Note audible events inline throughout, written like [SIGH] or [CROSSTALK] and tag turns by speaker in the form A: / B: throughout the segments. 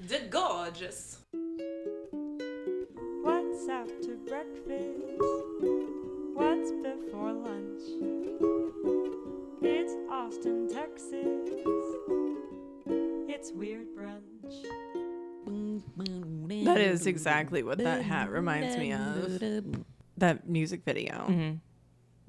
A: They're gorgeous.
B: What's after breakfast? What's before lunch? It's Austin, Texas. It's Weird Brunch.
C: That is exactly what that hat reminds me of. That music video.
D: Mm-hmm.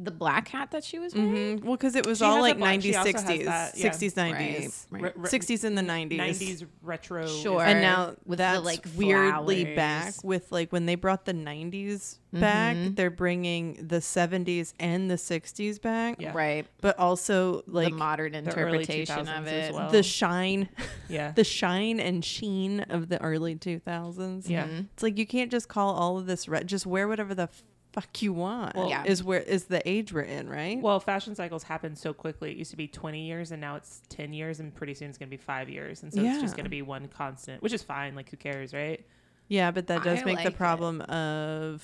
D: The black hat that she was wearing.
C: Mhm. Well, because it was
E: She has
C: all
E: a
C: like
E: black-
C: 90s,
E: she also has
C: 60s,
E: that, yeah.
C: 60s, 90s,
D: Right,
E: right. Re- re-
C: 60s and the 90s.
E: 90s retro.
D: Sure.
C: And now
D: with the,
C: that's
D: like,
C: weirdly
D: flowers.
C: back with like when they brought the 90s back,
D: Mm-hmm.
C: they're bringing the 70s and the 60s back,
E: Yeah.
D: Right.
C: but also like
D: the modern
E: early
D: interpretation
E: 2000s
D: of
E: as
D: it.
E: well.
C: the shine,
E: Yeah.
C: the shine and sheen of the early 2000s.
E: yeah.
D: Mm-hmm.
C: It's like you can't just call all of this red. Just wear whatever the fuck you want.
E: Well-
D: Yeah.
C: Is where is the age we're in, right?
E: Well, fashion cycles happen so quickly. It used to be 20 years and now it's 10 years and pretty soon it's going to be 5 years. And so it's just
C: Yeah.
E: going to be one constant, which is fine, like who cares, right?
C: yeah, but that does
D: I
C: make the
D: like it.
C: problem of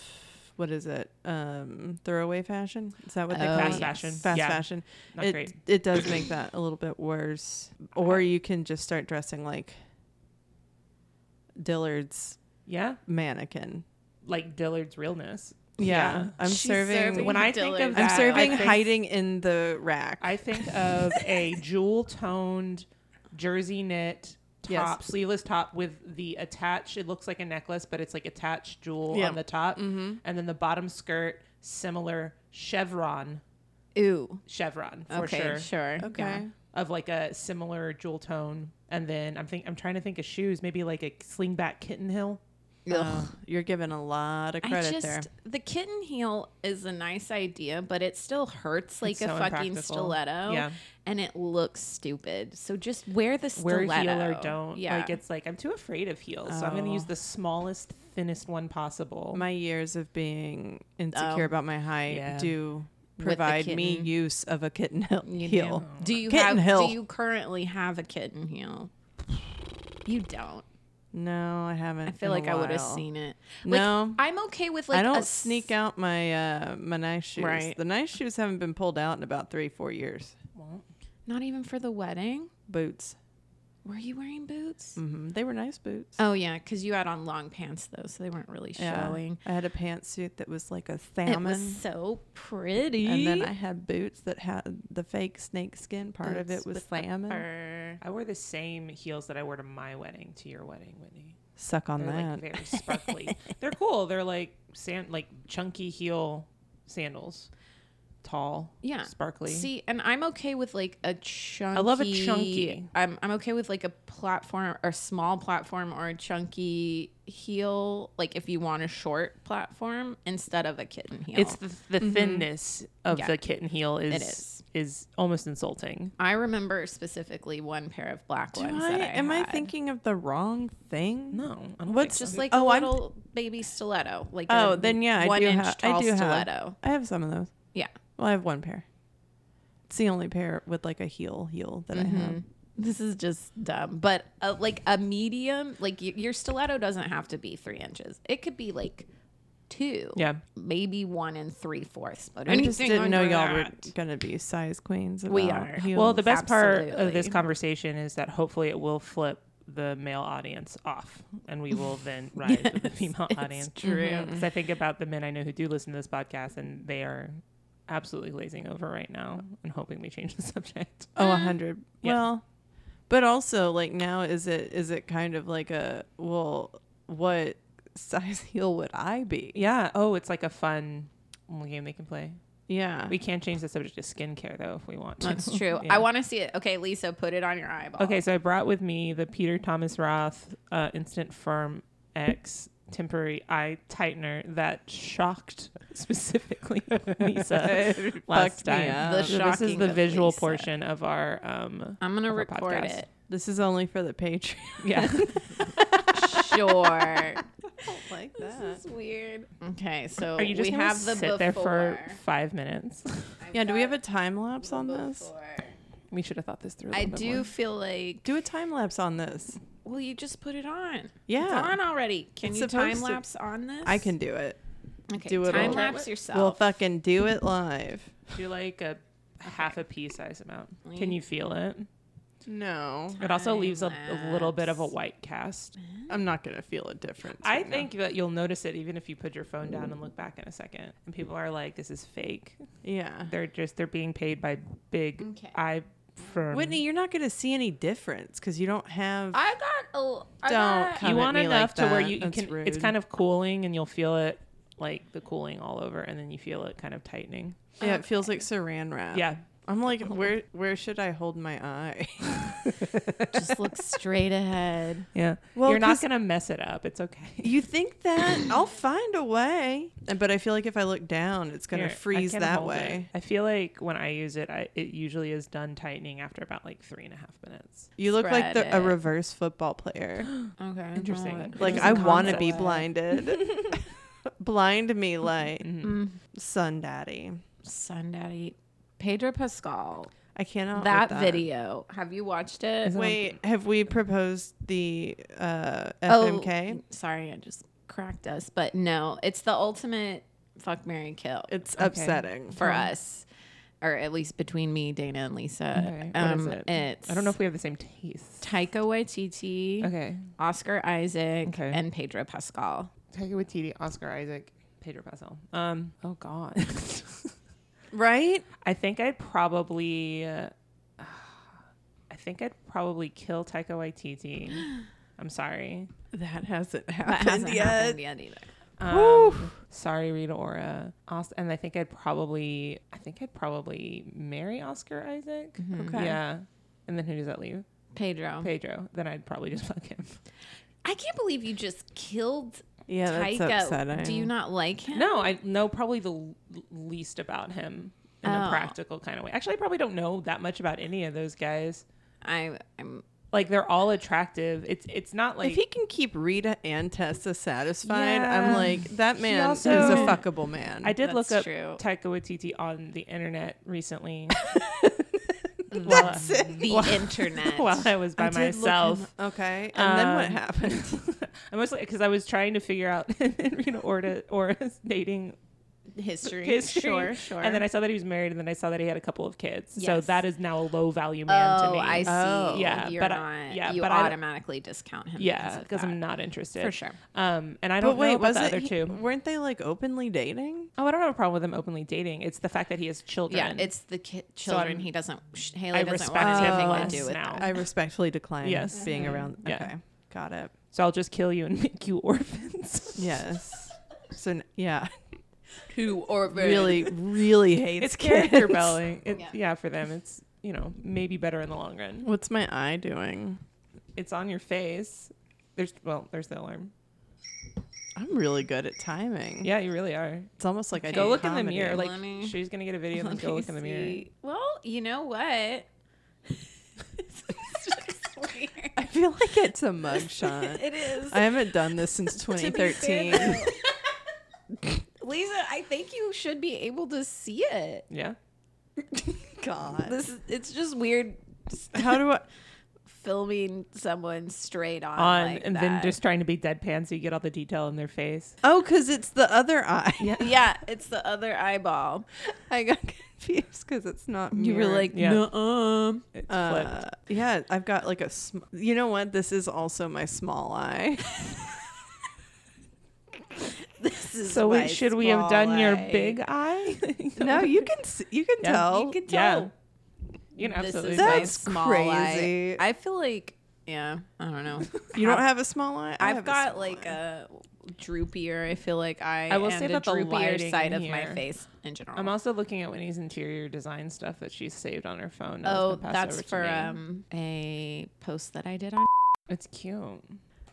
C: what is it? Um, throwaway fashion. Is that what they
D: Oh,
C: call
E: Fast
C: it?
E: fashion.
C: Fast
E: Yeah.
C: fashion.
E: Not
C: it
E: great.
C: it does make that a little bit worse. Or you can just start dressing like Dillard's
E: Yeah.
C: mannequin.
E: Like Dillard's realness.
C: Yeah,
E: Yeah.
C: I'm
D: She's
C: serving.
D: serving
E: When I think of
D: Dillard's.
E: that,
C: I'm
E: I
C: serving
E: think-
C: hiding in the rack.
E: I think of a jewel toned jersey knit
C: Yes.
E: top, sleeveless top with the attached, it looks like a necklace, but it's like attached jewel
C: Yeah.
E: on the top. And then the bottom skirt, similar chevron,
D: Ooh.
E: chevron for
D: Okay. Sure.
E: sure.
C: okay.
E: Of like a similar jewel tone. And then I'm think I'm trying to think of shoes, maybe like a slingback kitten heel.
C: Oh, you're giving a lot of
D: I
C: credit
D: just
C: there.
D: the kitten heel is a nice idea, but it still hurts like
E: It's
D: a
E: so
D: fucking
E: impractical.
D: stiletto,
E: Yeah.
D: and it looks stupid. So just wear the
E: Wear
D: stiletto.
E: a heel or don't.
D: Yeah,
E: Like it's like I'm too afraid of heels, so I'm gonna
C: Oh.
E: use the smallest, thinnest one possible.
C: my years of being insecure
D: Oh.
C: about my height
E: Yeah.
C: do
D: the
C: provide me
D: kitten.
C: use of a kitten [LAUGHS] heel.
D: You
C: heel.
D: Do. do you
C: Kitten
D: have?
C: heel.
D: Do you currently have a kitten heel? You don't.
C: No, I haven't.
D: I feel
C: in a
D: like I would have
C: while.
D: seen it.
C: No.
D: like, I'm okay with like
C: I
D: a
C: don't
D: s-
C: sneak out my uh, my nice shoes.
D: Right.
C: The nice shoes haven't been pulled out in about three four years.
D: Not even for the wedding.
C: Boots.
D: Were you wearing boots?
C: hmm They were nice boots.
D: Oh yeah, because you had on long pants though, so they weren't really
C: Yeah.
D: showing.
C: I had a pantsuit that was like a
D: It
C: salmon.
D: was so pretty.
C: and then I had boots that had the fake snake skin part of
D: Boots
C: it was
D: with the
C: salmon.
D: fur.
E: I wore the same heels that I wore to my wedding to your wedding, Whitney.
C: Suck on
E: They're
C: that.
E: like very [LAUGHS] sparkly. They're cool. They're like sand, like chunky heel sandals, tall,
D: Yeah.
E: sparkly.
D: See, and I'm okay with like a chunky.
E: love a chunky.
D: I'm I'm okay with like a platform or small platform or a chunky heel. Like if you want a short platform instead of a kitten heel.
E: it's the, the thinness of
D: Yeah.
E: the kitten heel is,
D: is.
E: Mm-hmm. is almost insulting.
D: I remember specifically one pair of black
C: Do
D: ones.
C: I,
D: that I
C: am I
D: had.
C: thinking of the wrong thing?
E: No, I don't
C: What's
D: Just like
C: Oh,
D: a
C: I'm-
D: little baby stiletto. Like
C: Oh,
D: a
C: then yeah, I
D: one
C: do
D: inch
C: have.
D: tall
C: I do
D: stiletto.
C: have. I have some of those.
D: Yeah,
C: Well, I have one pair. It's the only pair with like a heel heel that I have.
D: this is just dumb. But uh, like a medium, like y- your stiletto doesn't have to be three inches. It could be like two.
E: Yeah,
D: maybe one and three fourths. But
C: I just
D: anything
C: didn't know
D: under
C: y'all were
D: that-
C: gonna be size queens. About
D: We are.
C: Heels.
E: Well, the best part of this
D: Absolutely.
E: conversation is that hopefully it will flip the male audience off, and we will
D: [LAUGHS]
E: then rise with the female audience.
D: true.
E: Because I think about the men I know who do listen to this podcast, and they are absolutely glazing over right now and hoping we change the [LAUGHS] subject.
C: oh, a hundred.
E: yeah.
C: Well, but also like now is it is it kind of like a well what size [LAUGHS] heel would I be?
E: Yeah. Oh, it's like a fun little game they can play.
C: Yeah.
E: We can change the subject to skincare though if we want to.
D: [LAUGHS] That's true.
E: Yeah.
D: I want to see it. Okay, Lisa, put it on your eyeball.
E: Okay, so I brought with me the Peter Thomas Roth uh, Instant Firm X temporary eye tightener that shocked [LAUGHS]
C: [LAUGHS]
E: specifically Lisa last
C: fucked me
E: time.
C: up.
D: The
E: So this is
D: shocking
E: the
D: of
E: visual
D: Lisa.
E: portion of our um
D: I'm gonna
E: of our
D: record
E: podcast.
D: it.
C: [LAUGHS] this is only for
E: [LAUGHS]
C: the Patreon.
D: [LAUGHS]
E: Yeah.
D: Sure.
C: like
D: this is weird. Okay, so
E: Are you just
D: we
E: gonna
D: have the
E: sit
D: before.
E: there for five minutes? [LAUGHS]
C: Yeah. Do we have a time lapse on this?
D: Before.
E: we should have thought this through. I
D: I do feel like.
C: Do a time lapse on this.
D: Well, you just put it on.
C: Yeah.
D: It's on already. Can
C: It's
D: you
C: supposed to-
D: time lapse on this?
C: I can do it.
D: Okay,
C: do it all.
D: time lapse yourself.
C: We'll fucking do it live.
E: do like a half a pea size amount. Can you feel it?
C: No,
E: It also leaves a, a little bit of a white cast.
C: I'm not gonna feel a difference.
E: I
C: right now.
E: think that you'll notice it even if you put your phone down and look back in a second. And people are like, "This is fake."
C: Yeah.
E: They're just they're being paid by big
D: Okay.
E: eye firms.
C: Whitney, you're not gonna see any difference because you don't have.
D: I got oh, I
C: Don't
D: got-
C: come
E: you
C: at
E: want
C: me like
E: enough to where
C: that.
E: you, you
C: That's
E: can. It's
C: rude.
E: kind of cooling, and you'll feel it like the cooling all over, and then you feel it kind of tightening.
C: yeah, it feels like Saran wrap.
E: Yeah, [LAUGHS]
C: I'm like, where where should I hold my eye? [LAUGHS]
D: just look straight ahead.
E: yeah.
C: Well,
E: You're not
C: 'cause-
E: gonna mess it up. It's [LAUGHS] okay.
C: You think that I'll find a way, And- but I feel like if I look down, it's gonna
E: Here, I
C: freeze
E: can
C: that
E: hold it.
C: way.
E: I feel like when I use it, I, it usually is done tightening after about like three and a half minutes.
C: You look like
D: Spread
C: the, a
D: it.
C: reverse football player.
D: Okay.
E: Interesting.
D: Well,
C: like
E: Just
C: I
E: a
C: want to
E: concept.
C: be blinded. Blind me like
E: Mhm.
D: Mm,
C: sun daddy.
D: Sun Daddy, Pedro Pascal.
C: I cannot with
D: That, video. Have you watched it?
E: Isn't it
C: Wait, have we proposed the uh,
D: Oh,
C: FMK?
D: Sorry, I just cracked us. But no, it's the ultimate fuck Mary Kill
C: It's upsetting.
D: for us, or at least between me, Dana, and Lisa.
E: Okay, what is
D: um,
E: it?
D: It's
E: I don't know if we have the same taste.
D: Taika Waititi,
E: Okay.
D: Oscar Isaac,
E: Okay.
D: and Pedro Pascal.
E: Taika Waititi, Oscar Isaac, Pedro Pascal. Um. Oh [LAUGHS] God.
C: right?
E: I think I'd probably. Uh, I think I'd probably kill Taika [GASPS] Waititi. I'm sorry.
C: That hasn't
D: That
C: happened
D: hasn't
C: yet.
D: happened yet either.
E: Um, sorry, Rita Ora. Os- and I think I'd probably, I think I'd probably marry Oscar Isaac.
C: Okay.
E: Yeah. And then who does that leave? Oh.
D: Pedro.
E: Pedro. Then I'd probably just fuck [LAUGHS] him.
D: I can't believe you just killed
C: Yeah, that's
D: Taika.
C: upsetting.
D: Do you not like him?
E: No, I know probably the l- least about him in a
D: Oh.
E: practical kind of way. Actually, I probably don't know that much about any of those guys.
D: I,
E: [LAUGHS]
D: I'm.
E: Like they're all attractive. It's it's not like
C: if he can keep Rita and Tessa satisfied, I'm
E: Yeah.
C: like that
E: He
C: man
E: also-
C: is a fuckable man.
E: I did look
D: That's
E: up
D: true.
E: Taika Waititi on the internet
D: [LAUGHS]
E: recently
D: That's The
E: [LAUGHS]
D: internet.
E: while I was by
C: I did look
E: myself.
C: him- okay, and then what
E: Um,
C: happened?
E: [LAUGHS] I mostly because I was trying to figure out [LAUGHS] Rita Ora, Ora's dating
D: history.
E: history.
D: [LAUGHS] Sure, sure.
E: And then I saw that he was married, and then I saw that he had a couple of kids. So
D: Yes.
E: that is now a low value man to
D: oh,
E: me. Uh,
D: I see.
C: Oh.
E: Yeah,
D: You're
E: but
D: not.
E: I- yeah,
D: you
E: but I-
D: automatically discount him.
E: yeah,
D: because
E: because I'm not interested
D: for sure.
E: Um, and I don't
C: but wait,
E: know about
C: was
E: the
C: it
E: other
C: he-
D: Mm.
E: two.
C: weren't they like openly dating?
E: Oh, I don't have a problem with him openly dating. It's the fact that he has
D: Yeah,
E: children.
D: it's the ki- children.
E: I'm-
D: he doesn't. Sh-
E: I
D: Haley doesn't
E: respect
D: want
C: him
D: anything
C: less
D: to do with
E: now.
D: that.
C: I respectfully decline
E: Yes.
C: being around. Okay,
E: Yeah.
C: got it.
E: so I'll just kill you and [LAUGHS] make you orphans. [LAUGHS]
C: Yes. So n- yeah,
D: Who or
C: really, really hates
E: it's character
C: kids.
D: [LAUGHS]
E: belly. It, yeah.
D: Yeah.
E: for them, it's you know maybe better in the long run.
C: What's my eye doing?
E: It's on your face. There's well, there's the alarm.
C: I'm really good at
D: Mm.
C: timing.
E: Yeah, you really are.
C: It's almost like I
E: Go
C: do
E: look in the
C: comedy.
E: mirror. Like
D: Let me-
E: she's gonna get a
D: [LAUGHS]
E: video and then go look in the mirror.
D: Well, you know what. [LAUGHS] It's just weird.
C: [LAUGHS] I feel like
E: [LAUGHS]
C: it's a mugshot.
D: It is.
C: I haven't done this since
D: To be fair,
C: 2013.
D: though, Lisa, I think you should be able to see [LAUGHS] it.
E: Yeah.
C: God.
D: This is- it's just weird
C: How
D: [LAUGHS]
C: do I?
D: filming someone straight on,
E: on
D: like
E: and then
D: that.
E: just trying to be deadpan so you get all the detail in their face.
C: Oh, because it's the other eye.
D: [LAUGHS]
C: [LAUGHS]
D: yeah, it's the other eyeball.
C: I got confused because it's not.
D: You were
C: mirror.
D: like,
E: Yeah.
D: nuh-uh. [LAUGHS]
E: It's
C: Uh,
E: flipped.
C: yeah, I've got like a. Sm- you know what? This is also my small eye.
D: This is
E: So
D: my
E: wait, should we have done
D: small
E: your
D: eye.
E: big eye? [LAUGHS]
C: no, you can s you can
E: Yeah.
C: tell.
D: You can
E: Oh, Yeah.
D: tell.
E: You can
D: This
E: absolutely.
D: is
E: tell.
D: my
C: That's
D: small eye.
C: crazy.
D: I feel like, yeah, I don't [LAUGHS] know.
C: You don't have a small eye. I
D: I've
C: have a
D: got
C: small
D: like
C: eye.
D: a droopier. I feel like I.
E: I will
D: and
E: say
D: a
E: that the
D: droopier
E: lighting
D: side of my
E: here-
D: face in general.
E: I'm also looking at Winnie's interior design stuff that she's saved on her phone. that
D: oh,
E: was gonna pass
D: that's
E: over to
D: for
E: me.
D: um a post that I did on. [LAUGHS]
E: It's cute.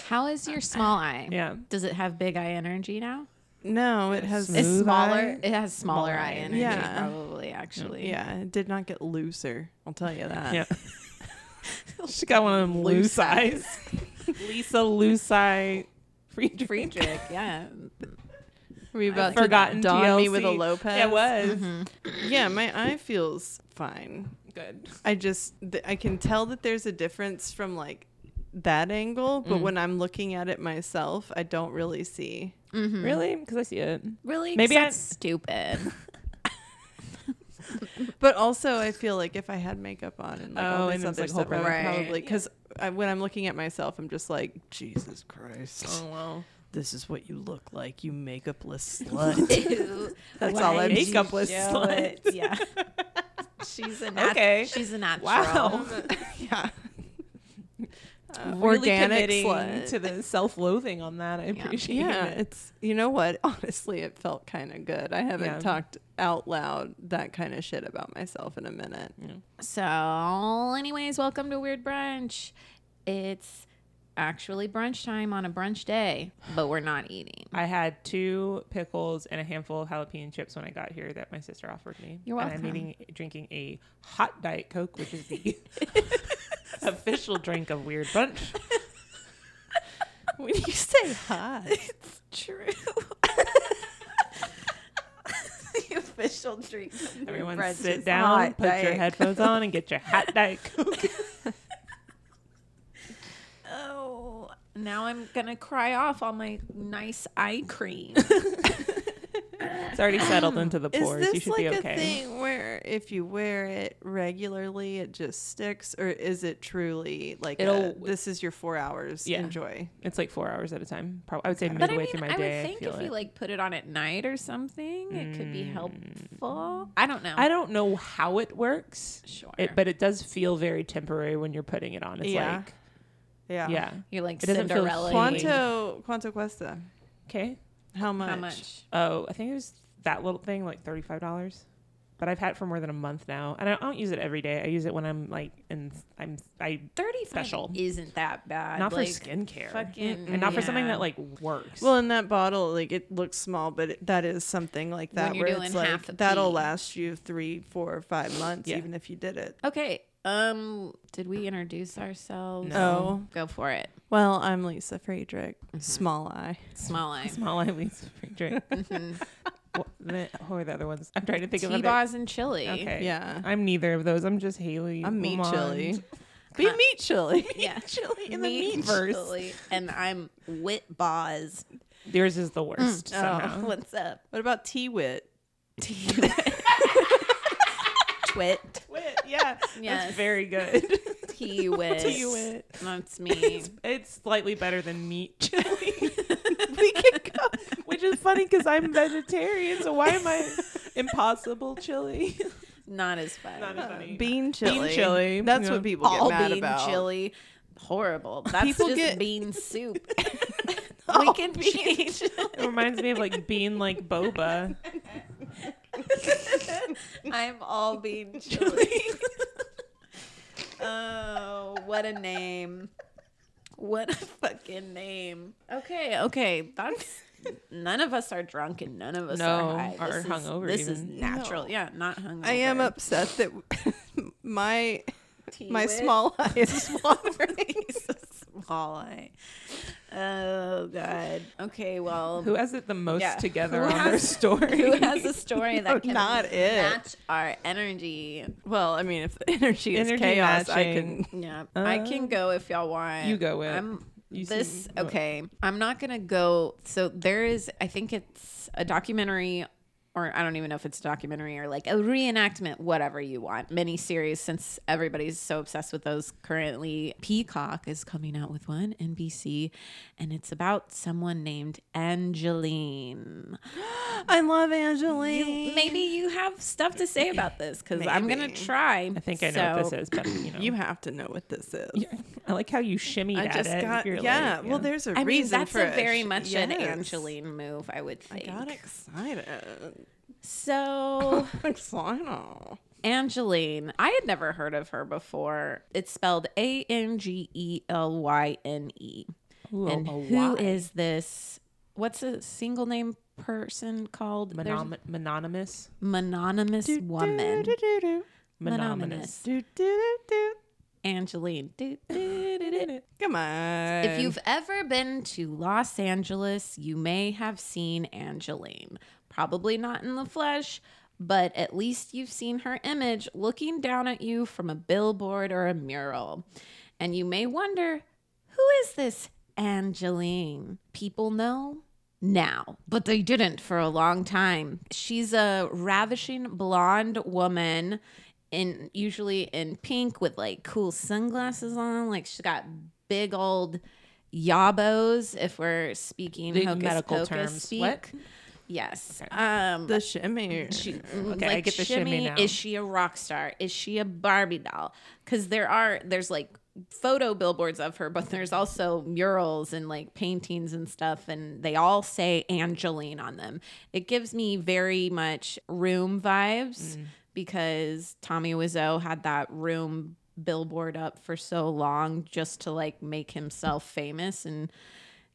D: How is
E: [LAUGHS]
D: your small eye?
E: Yeah.
D: Does it have big eye energy now?
C: no. It has.
E: Smooth
D: it's smaller.
E: eye?
D: It has smaller
E: Smaller
D: eye
E: eye. Mm,
D: energy,
C: Yeah.
D: probably actually.
C: Yeah, it did not get looser. I'll tell you that.
E: Yeah. she got one of them loose,
D: Loose
E: eyes. Lisa loose eye. Friedrich. [LAUGHS]
D: Friedrich, yeah.
C: Were you about
E: Forgotten
C: to dawn me
E: TLC.
C: with a Lopez?
E: It was
C: Yeah, my eye feels fine.
E: good.
C: I just th- I can tell that there's a difference from like that angle, but when I'm looking at it myself, I don't really see.
E: Really? Because I see it.
D: Mm-hmm. Really?
E: [LAUGHS] Maybe
D: Maybe
E: I-
D: that's stupid.
C: But also, I feel like if I had makeup on and like all
E: Oh,
C: this
E: and it's,
C: other
E: like, whole
C: stuff, I would
D: product. Right.
C: probably because when I'm looking at myself, I'm just like, Jesus Christ,
E: Oh well.
C: this is what you look like, you makeupless slut. That's all
D: Why
C: I'm
D: did you
C: makeupless
D: show
C: slut.
D: it? Yeah. [LAUGHS] she's a nat-
E: Okay.
D: She's a natural.
E: Wow.
C: yeah,
E: Uh,
C: organic
E: really committing
C: slut.
E: to the self-loathing on that. I
D: Yeah.
E: appreciate
C: yeah.
E: it.
C: It's you know what? [LAUGHS] Honestly, it felt kind of good. I haven't
E: Yeah.
C: talked out loud that kind of shit about myself in a minute.
D: [LAUGHS] So, anyways, welcome to Weird Brunch. It's actually brunch time on a brunch day, but we're not eating.
E: I had two pickles and a handful of jalapeno chips when I got here that my sister offered me.
D: You're
E: And
D: welcome.
E: I'm eating, drinking a hot diet coke, which is
D: [LAUGHS]
E: the official drink of Weird Brunch.
C: When you say hot,
D: True. [LAUGHS] the official drink.
E: Everyone, sit down, put your headphones on, and get your hot diet coke.
D: Oh, now I'm gonna cry off all my nice eye [LAUGHS] cream.
E: It's
D: [LAUGHS]
E: already settled into the
C: [LAUGHS] is
E: pores. You
C: this
E: should
C: like
E: be
C: a
E: okay.
C: thing where if you wear it regularly, it just sticks, or is it truly like a,
E: It'll-
C: this is your four hours?
E: Yeah.
C: Enjoy.
E: It's like four hours at a time. Probably, I would say
D: but
E: midway
D: I mean,
E: through my
D: I
E: day.
D: would think
E: I feel
D: if
E: it. Mm.
D: you like put it on at night or something, it could be helpful. I don't know.
E: I don't know how it works,
D: sure.
E: it, but it does feel very temporary when you're putting it on. It's
C: Yeah.
E: like,
C: Yeah.
E: yeah,
D: You're like
E: It doesn't feel
D: Cinderella.
C: Quanto Quanto Cuesta.
E: okay.
C: How much?
D: How much?
E: Oh, I think it was that little thing, like thirty-five dollars. But I've had it for more than a month now, and I don't use it every day. I use it when I'm like, and I'm I
D: Thirty-five
E: Special.
D: isn't that bad.
E: not
D: like,
E: for skincare,
D: Fucking
E: and not for something
D: yeah.
E: that like works.
C: Well, in that bottle, like it looks small, but it, that is something like
D: When
C: that
D: you're
C: where
D: doing
C: it's
D: half a
C: like that'll
D: pea.
C: last you three, four, or five months,
E: Yeah.
C: even if you did it.
D: Okay. Um. Did we introduce ourselves?
E: Oh.
D: Oh,
C: No.
D: Go for it.
C: Well, I'm Lisa Friedrich, small eye.
D: Small
E: [LAUGHS] [LAUGHS]
D: eye.
E: small eye leaves free drink. What- the- Who are the other ones? I'm trying to think of
D: [LAUGHS] T
E: other-
D: Boz and chili.
E: Okay,
C: Yeah.
E: I'm neither of those. I'm just Haley.
C: I'm meat
E: Lamont.
C: chili. Be meat
D: [LAUGHS]
C: chili.
D: [LAUGHS] Yeah.
E: [LAUGHS] chili in
D: Me,
E: the meat verse.
D: Chili, and I'm Wit Boz.
E: Yours is the worst. somehow.
D: [LAUGHS] What's
E: [LAUGHS]
D: up?
C: What about T Wit?
D: Twit.
E: Wit, yeah,
D: Yes.
E: that's very good.
D: T Wit.
E: T-Wit.
D: That's me.
E: [LAUGHS] It's slightly better than [LAUGHS] meat chili,
C: We can go.
E: which is funny because I'm vegetarian. So why am I impossible chili?
D: Not as fun.
E: Not as funny.
C: Bean chili.
E: chili,
C: That's
E: yeah.
C: what people get
D: All
C: mad
D: bean
C: about.
D: chili. Horrible. That's
C: People
D: just
C: get-
D: bean [LAUGHS] soup. we can [LAUGHS] change.
E: It reminds me of like bean like boba.
D: I'm all [LAUGHS] bean chili. oh, what a name. What a fucking name. Okay, okay. That's none of us are drunk and none of us
E: No,
D: are high.
E: or
D: This is-
E: hungover
D: This is
E: even.
D: natural. Yeah, not hungover.
C: I am
D: [LAUGHS]
C: upset that [LAUGHS] my
D: Tea
C: my
D: wit.
C: small eye
D: [LAUGHS]
C: is watering.
D: He's a small eye. Oh god. Okay, well
E: Who has it the most
D: Yeah.
E: together
D: Who
E: on their
D: has-
E: story?
D: who [LAUGHS] has a story Oh,
C: No,
D: that can
C: not it.
D: match our energy?
C: well, I mean, if the energy is
E: Energy
C: chaos, I
E: matching.
C: can.
D: Yeah, I can go if y'all want.
E: you go with-
D: I'm
E: you
D: this
E: see what-
D: okay. I'm not gonna go. So there is, I think it's a documentary, or I don't even know if it's a documentary or like a reenactment, whatever you want, mini series. Since everybody's so obsessed with those currently, Peacock is coming out with one NBC, and it's about someone named Angeline.
C: I love Angeline.
D: You, maybe you have stuff to say about this because I'm gonna
C: Maybe.
D: try.
E: I think I know what
D: So-
E: this is, but you know,
C: You have to know what this is.
E: I like how you shimmied
C: I
E: at
C: just
E: it.
C: got
E: You're like,
C: yeah. Well, there's a
D: I mean,
C: reason
D: that's
C: for
D: a
C: it.
D: very
C: Sh-
D: much an
C: yes.
D: Angeline move, I would
C: I
D: think.
C: got excited. [LAUGHS]
D: So,
C: excited.
D: Angeline, I had never heard of her before. It's spelled A N G E L Y N E.
E: Ooh,
D: And
E: a
D: who
E: Y.
D: is this? What's a single name person called? There's
E: Monom- mononymous?
D: mononymous woman.
C: Do, do, do,
E: Mononymous.
C: do, do, do.
D: Angeline. Do, do, do, do, do.
C: Come on.
D: If you've ever been to Los Angeles, you may have seen Angeline. Probably not in the flesh, but at least you've seen her image looking down at you from a billboard or a mural. And you may wonder who is this Angeline? People know now, but they didn't for a long time. She's a ravishing blonde woman in usually in pink with like cool sunglasses on, like she's got big old yabos if we're speaking
E: Big
D: hocus
E: medical
D: pocus
E: terms.
D: speak.
E: What?
D: Yes.
E: Okay.
D: Um
C: The shimmy.
D: she,
E: Mm-hmm.
D: mm-hmm,
E: Okay, I
D: like
E: get the shimmy
D: shimmy,
E: now.
D: Is she a rock star? Is she a Barbie doll? Because there are there's like photo billboards of her, but there's also murals and like paintings and stuff, and they all say Angeline on them. It gives me very much room vibes
E: Mm.
D: because Tommy Wiseau had that room billboard up for so long just to like make himself famous and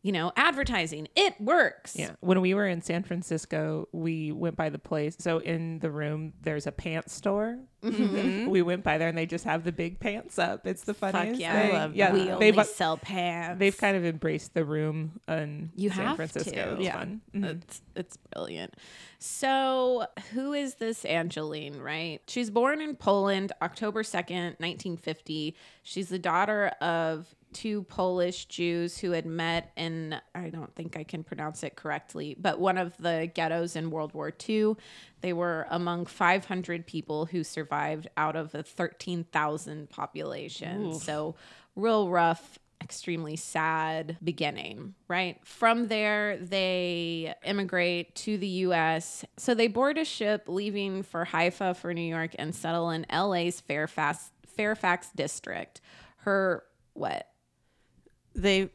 D: you know advertising it works
E: Yeah. When we were in San Francisco, we went by the place. So in the room, there's a pants store. we went by there, and they just have the big pants up. It's the funniest
D: Fuck yeah.
E: thing.
C: I love
E: yeah,
C: that.
D: we
C: They
D: only
E: they've
D: sell pants
E: they've kind of embraced the room in
D: You
E: San
D: have
E: Francisco.
D: to.
E: It was
D: Yeah. Mm-hmm.
E: fun. Mhm.
D: It's it's brilliant. So who is this Angeline, right? She's born in Poland, October 2nd, 1950. She's the daughter of two Polish Jews who had met in I don't think I can pronounce it correctly, but one of the ghettos in World War II. They were among 500 people who survived out of a 13,000 population. So real rough extremely sad beginning, right? From there, they immigrate to the US. So they board a ship leaving for Haifa for New York and settle in LA's Fairfax Fairfax district. Her what?
C: They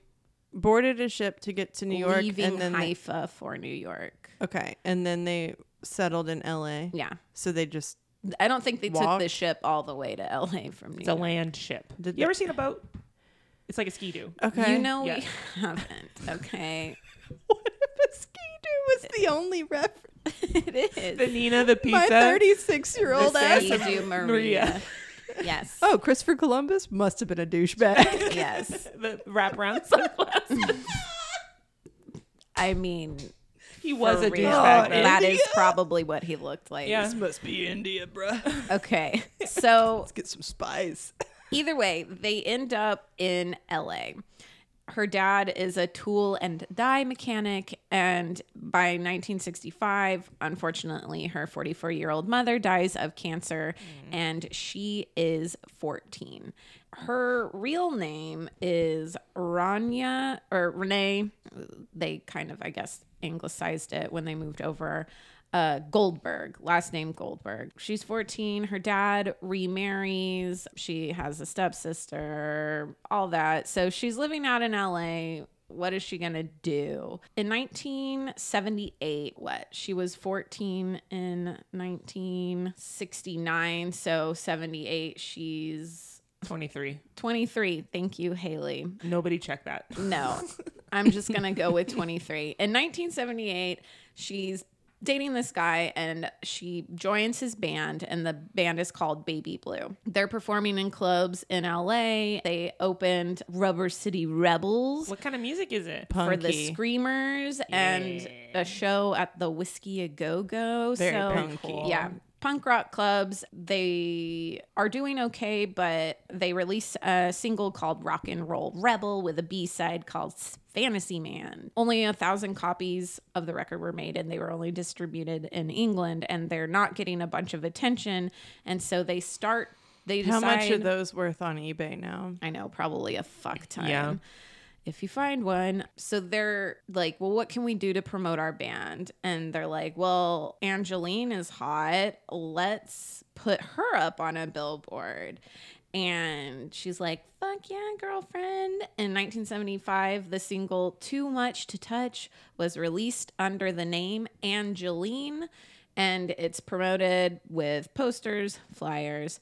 C: boarded a ship to get to New York,
D: leaving
C: and then they,
D: Haifa for New York.
C: okay, and then they settled in L.A.
D: Yeah.
C: So they just
D: I don't think they took
C: Walked.
D: the ship all the way to LA from New
E: It's a
D: York.
E: land ship.
C: Did
E: you ever seen a boat? It's like a ski doo.
C: okay. [LAUGHS]
D: You know
E: Yeah.
D: we haven't. Okay. [LAUGHS]
C: what if a ski do was the only reference? [LAUGHS]
D: it is.
E: The Nina, the pizza.
C: My 36 year old
D: The
C: ass.
D: Sea
C: [LAUGHS]
D: to Maria. Yes.
C: Oh, Christopher Columbus must have been a douchebag. [LAUGHS]
D: Yes.
E: the wraparound sunglasses.
D: [LAUGHS] I mean,
E: he was
D: For
E: a
D: real.
E: douchebag.
C: Oh,
E: though.
D: That is probably what he looked like.
E: Yeah.
C: must be India, bruh.
D: Okay. So
C: Let's get some spies.
D: either way, they end up in LA. Her dad is a tool and die mechanic. And by 1965, unfortunately, her 44 year old mother dies of cancer and she is 14. Her real name is Rania or Renee. They kind of, I guess, anglicized it when they moved over. uh, Goldberg, last name Goldberg. She's 14. Her dad remarries. She has a stepsister, all that. So she's living out in LA. What is she going to do? In 1978, what? She was 14 in 1969. So 78, she's
E: 23.
D: 23. Thank you, Haley.
E: Nobody checked [LAUGHS] that.
D: No, I'm just going to go with 23. In 1978, she's dating this guy and she joins his band, and the band is called Baby Blue. They're performing in clubs in LA. They opened Rubber City Rebels.
E: What kind of music is it?
D: For the Screamers and a show at the Whiskey A Go Go.
C: Very
D: so
C: punky.
D: yeah. Punk rock clubs, they are doing okay, but they released a single called Rock and Roll Rebel with a B side called S- Fantasy Man. Only a thousand copies of the record were made, and they were only distributed in England, and they're not getting a bunch of attention. And so they start, they
C: How
D: decide,
C: much are those worth on eBay now?
D: I know, probably a fuck ton.
E: Yeah.
D: If you find one. So they're like, well, what can we do to promote our band? And they're like, well, Angeline is hot. Let's put her up on a billboard. And she's like, fuck yeah, girlfriend. In 1975, the single Too Much to Touch was released under the name Angeline, and it's promoted with posters, flyers.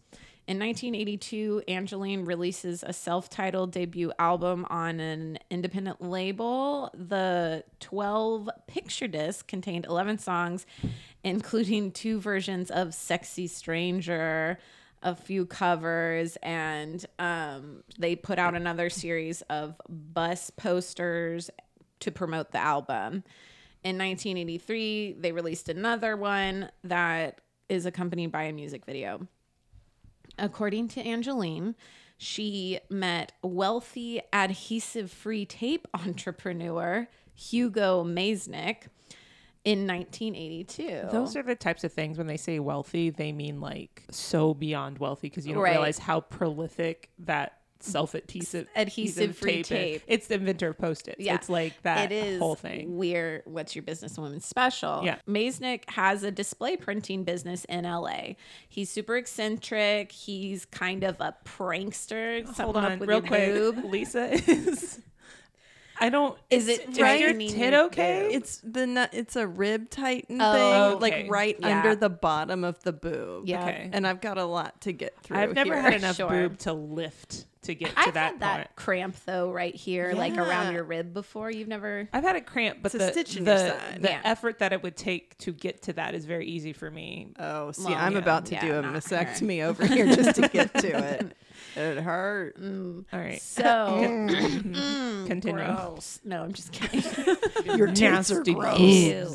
D: In 1982, Angeline releases a self titled debut album on an independent label. The 12 picture disc contained 11 songs, including two versions of Sexy Stranger, a few covers, and um, they put out another series of bus posters to promote the album. In 1983, they released another one that is accompanied by a music video. According to Angeline, she met wealthy adhesive free tape entrepreneur Hugo Maisnick in 1982.
E: Those are the types of things when they say wealthy, they mean like so beyond wealthy because you don't
D: Right.
E: realize how prolific that self adhesive
D: Adhesive-free tape.
E: It's the inventor of post its.
D: Yeah.
E: It's like that
D: it is
E: whole thing.
D: We're what's your business woman special.
E: Yeah.
D: Maisnick has a display printing business in LA. He's super eccentric. He's kind of a prankster.
E: Hold
D: Something up
E: on,
D: with
E: real
D: your
E: quick. [LAUGHS]
D: boob.
E: Lisa is. [LAUGHS] I don't.
D: Is it
E: is
D: right?
E: your
D: mean
E: tit okay?
C: It's the nu- it's a rib tighten
D: Oh,
C: thing,
E: okay.
C: like right
D: Yeah.
C: under the bottom of the boob.
D: Yeah.
E: Okay.
C: and I've got a lot to get through.
E: I've never
C: here.
E: had enough
D: Sure.
E: boob to lift to get to
D: I've
E: that
D: had that
E: point.
D: cramp though, right here, like
C: Yeah.
D: around your rib before. You've never
E: I've had a cramp, but
C: It's a
E: the
C: stitch in
E: the,
C: your side.
E: the
D: Yeah.
E: effort that it would take to get to that is very easy for me.
D: Uh,
C: Oh, see,
D: Well,
C: I'm
D: yeah.
C: about to
D: Yeah,
C: do a
D: not her.
C: mastectomy over here just to get to
E: [LAUGHS]
C: it. It hurt.
E: All right, [LAUGHS]
D: [COUGHS] so
E: [COUGHS] continue.
D: Mm, gross. No, I'm just kidding. [LAUGHS]
E: Mm-hmm.
C: Your tits are
E: Nasty
C: gross.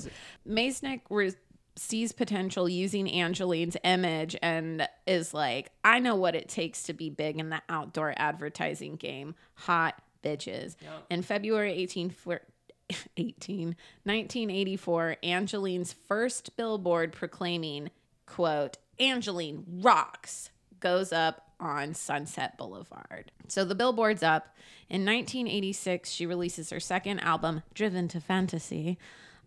D: Ew. Maisnick re- sees potential using Angeline's image and is like, I know what it takes to be big in the outdoor advertising game. Hot bitches. In February 18, four- [LAUGHS] 18, 1984, Angeline's first billboard proclaiming, quote, Angeline rocks goes up on Sunset Boulevard. So the billboard's up. In 1986, she releases her second album, Driven to Fantasy,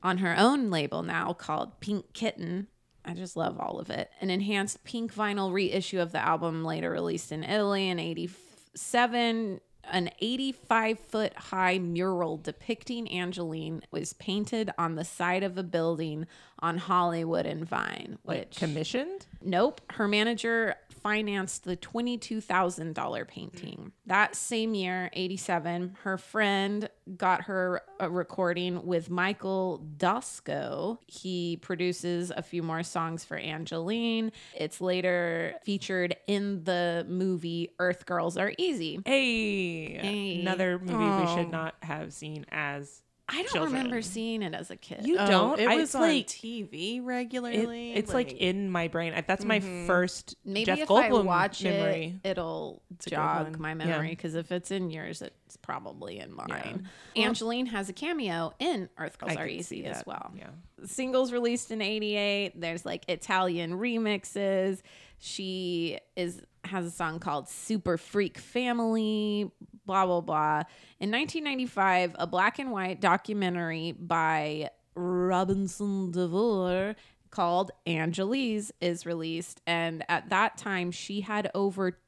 D: on her own label now called Pink Kitten. I just love all of it. An enhanced pink vinyl reissue of the album, later released in Italy in 87. An 85 foot high mural depicting Angeline was painted on the side of a building on Hollywood and Vine,
E: Like
D: which
E: commissioned?
D: Nope. Her manager financed the $22,000 painting. That same year, 87, her friend got her a recording with Michael Dusko. He produces a few more songs for Angeline. It's later featured in the movie Earth Girls Are Easy.
E: Hey,
D: Hey.
E: another movie we should not have seen as
D: I don't
E: Children.
D: remember seeing it as a kid.
E: you
C: Oh,
E: don't.
C: It
E: I-
C: was
E: it's
C: on
E: like
C: TV
E: it-
C: regularly.
E: it's like, in my brain. I- That's my first
D: Mm-hmm. Maybe
E: Jeff
D: if
E: Goldblum
D: I watch
E: memory.
D: it, it'll
C: a good
D: jog
C: one.
D: my memory because if it's in yours, it's probably in mine. Angeline has a cameo in Earth Girls
E: I
D: Are
E: could
D: Easy
E: see
D: as
E: that.
D: well.
E: Yeah.
D: Singles released in '88. There's like Italian remixes. She is has a song called "Super Freak Family." Blah blah blah. In 1995, a black and white documentary by Robinson DeVore called Angelis is released. And at that time, she had over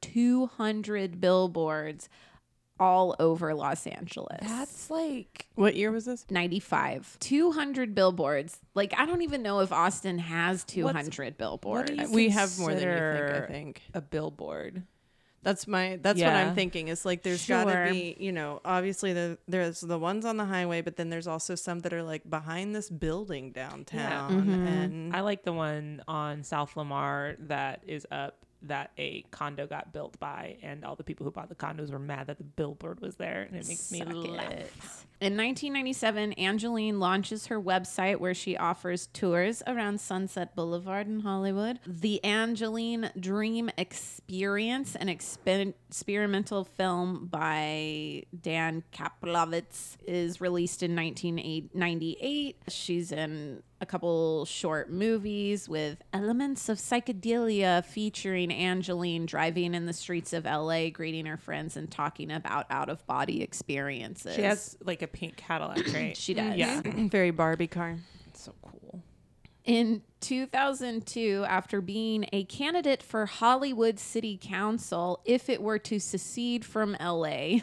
D: 200 billboards all over Los Angeles.
E: That's like
C: what year was this?
D: 95. 200 billboards. Like, I don't even know if Austin has 200 billboards.
E: you-
C: We have more than you think.
E: Consider-
C: I think
E: a billboard.
C: that's my that's what
E: Yeah.
C: I'm thinking. Is like there's got
D: Sure.
C: to be you know obviously the, there's the ones on the highway, but then there's also some that are like behind this building downtown and
E: I like the one on South Lamar that is up that a condo got built by, and all the people who bought the condos were mad that the billboard was there, and it makes me
D: Suck
E: laugh.
D: it. In 1997, Angeline launches her website where she offers tours around Sunset Boulevard in Hollywood, the Angeline Dream Experience, an expen- experimental film by Dan Kaplowitz, is released in 1998. She's in a couple short movies with elements of psychedelia featuring Angeline driving in the streets of LA, greeting her friends, and talking about out of body experiences.
E: She has like a pink
D: [CLEARS THROAT]
E: Cadillac, right?
D: She does.
E: Yeah,
C: very Barbie car.
E: it's so cool.
D: In 2002, after being a candidate for Hollywood City Council, if it were to secede from LA,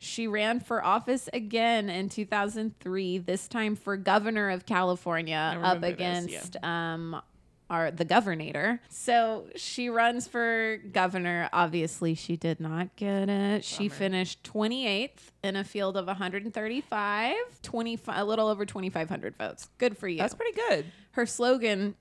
D: she ran for office again in 2003, this time for governor of California, up
E: remember this,
D: against
E: yeah.
D: um, our, the governor. So she runs for governor. Obviously, she did not get it. She finished 28th in a field of 135, 25, a little over 2,500 votes. Good for you
E: That's pretty good. [LAUGHS]
D: her slogan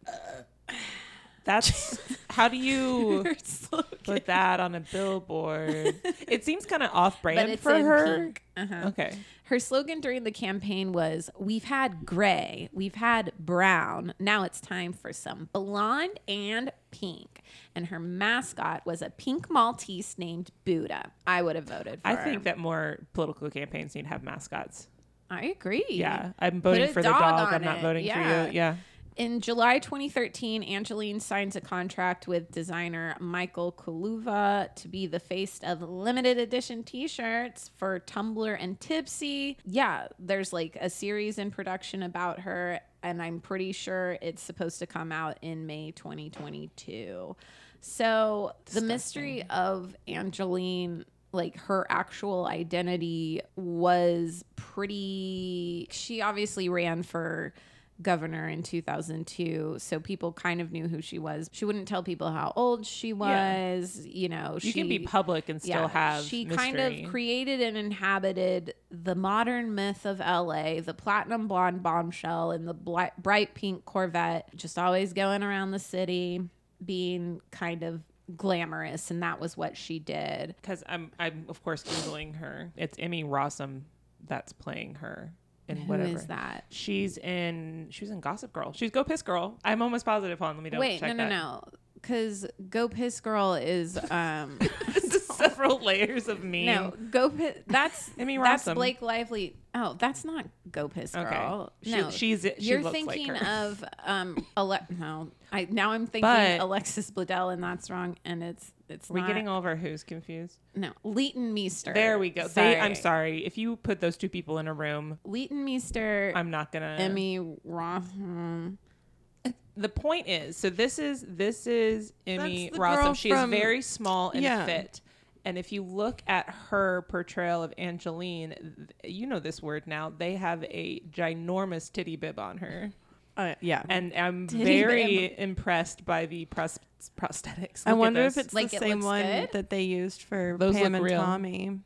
E: That's how do you
D: [LAUGHS] her slogan
E: put
D: [LAUGHS]
E: that on a billboard? It seems kind of off
D: but
E: brand
D: it's
E: for
D: in
E: her.
D: pink. Uh-huh.
E: Okay,
D: Her slogan during the campaign was We've had gray, we've had brown, now it's time for some blonde and pink. And her mascot was a pink Maltese named Buddha. I would have voted for
E: I
D: her.
E: think that more political campaigns need to have mascots.
D: I agree.
E: Yeah, I'm voting
D: a
E: for the
D: dog
E: dog.
D: on
E: I'm not
D: it.
E: voting
D: Yeah.
E: for you. Yeah.
D: In July 2013, Angeline signs a contract with designer Michael Kaluva to be the face of limited edition t shirts for Tumblr and Tipsy. Yeah, there's like a series in production about her, and I'm pretty sure it's supposed to come out in May 2022. So the mystery of Angeline like her actual identity was pretty she obviously ran for governor in 2002 so people kind of knew who she was she wouldn't tell people how old she
E: Yeah.
D: was you know she
E: You can be public and still have
D: she
E: mystery.
D: kind of created and inhabited the modern myth of LA, the platinum blonde bombshell in the bli bright pink Corvette, just always going around the city, being kind of glamorous, and that was what she did.
E: because I'm I'm of course googling her. It's Emmy Rossum that's playing her in whatever.
D: Who is that?
E: She's in she was in Gossip Girl. She's Go Piss Girl. I'm almost positive. Hold on, let me double
D: Wait,
E: check
D: no,
E: that.
D: no, no. Because Go Piss Girl is um
E: [LAUGHS] This is several layers of me.
D: no Go Piss.
E: [LAUGHS]
D: That's
E: Emmy
D: that's
E: Rossum.
D: Blake Lively. Oh, that's not Go Piss
E: Okay.
D: Girl.
E: She-
D: no,
E: she's- she
D: you're
E: looks like
D: thinking
E: her.
D: of um Ale- No, I now I'm thinking
E: But-
D: Alexis Bledel, and that's wrong. And it's it's
E: Are we
D: not,
E: getting all of our who's confused?
D: no Leighton Meester.
E: There we go. They, I'm sorry. If you put those two people in a room,
D: Leighton Meester,
E: I'm not gonna
D: Emmy Rossum.
E: the point is so this is this is Emmy
C: That's the
E: Rossum.
C: girl
E: She is
C: from-
E: very small and
C: Yeah.
E: fit. And if you look at her portrayal of Angeline, th- you know this word now. They have a ginormous titty bib on her,
C: Uh, yeah.
E: and I'm
D: Titty
E: very impressed by the pros- prosthetics.
C: I
E: Look at
C: wonder if
E: this.
C: it's
D: Like,
C: the
D: it
C: same
D: looks
C: one
D: good?
C: that they used for
E: Those
C: Pam
E: look
C: and
E: real.
C: Tommy.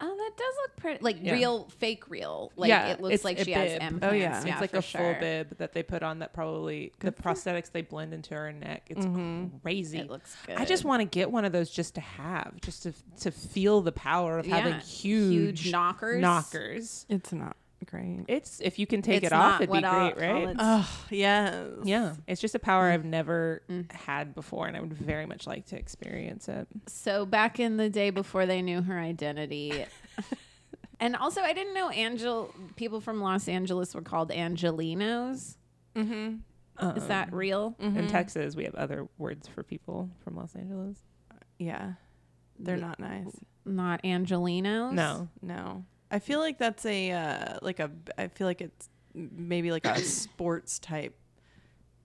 D: Oh, that does look pretty, like
E: Yeah.
D: real, fake, real. Like
E: Yeah,
D: it looks
E: it's
D: like
E: a
D: she has
E: bib. Oh,
D: implants.
C: yeah.
D: yeah,
C: It's
E: it's like
D: for
E: a
D: sure. Mm-hmm.
E: full bib that they put on that probably the prosthetics they blend into her neck. It's crazy.
D: It looks good.
E: I just want to get one of those just to have, just to to feel the power of having
D: Yeah.
E: huge,
D: Huge knockers.
E: knockers.
C: It's not great.
E: It's if you can take
D: It's
E: it off,
D: not
E: it'd be
D: what I'll
E: great, right?
D: call it. Mm.
C: Oh, yes.
E: yeah, it's just a power I've never had before, and I would very much like to experience it.
D: So back in the day before they knew her
C: [LAUGHS]
D: identity. and also I didn't know Angel people from Los Angeles were called Angelinos.
C: Mm-hmm.
D: Is that real?
E: Um,
D: Mm-hmm.
E: In Texas, we have other words for people from Los Angeles.
C: Yeah. They're not nice.
D: Not Angelinos?
E: No,
C: No. I feel like that's a uh, like a I feel like it's maybe like a sports type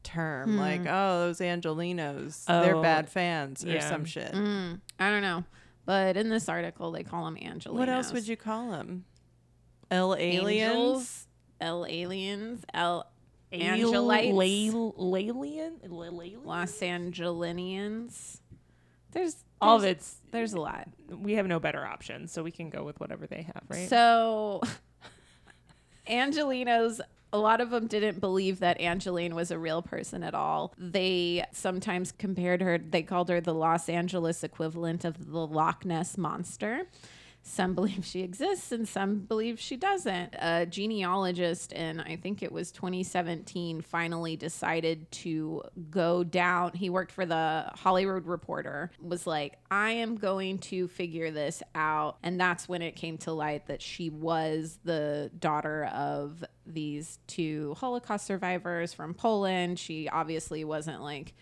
C: term like oh those angelinos they're
E: Oh,
C: bad fans or
E: yeah.
C: some shit
D: Mm, I don't know. But in this article they call them Angelinos.
C: what else would you call them l aliens
D: Angels, L aliens, L Angelites,
E: Angelites,
D: Los Angelinians. There's
E: all of
D: there's-
E: it's.
D: There's a lot.
E: We have no better options, so we can go with whatever they have, right?
D: So, Angelinos, a lot of them didn't believe that Angeline was a real person at all. They sometimes compared her, they called her the Los Angeles equivalent of the Loch Ness monster. Some believe she exists and some believe she doesn't. A genealogist in, I think it was 2017, finally decided to go down. He worked for the Hollywood Reporter, was like, I am going to figure this out. And that's when it came to light that she was the daughter of these two Holocaust survivors from Poland. She obviously wasn't like,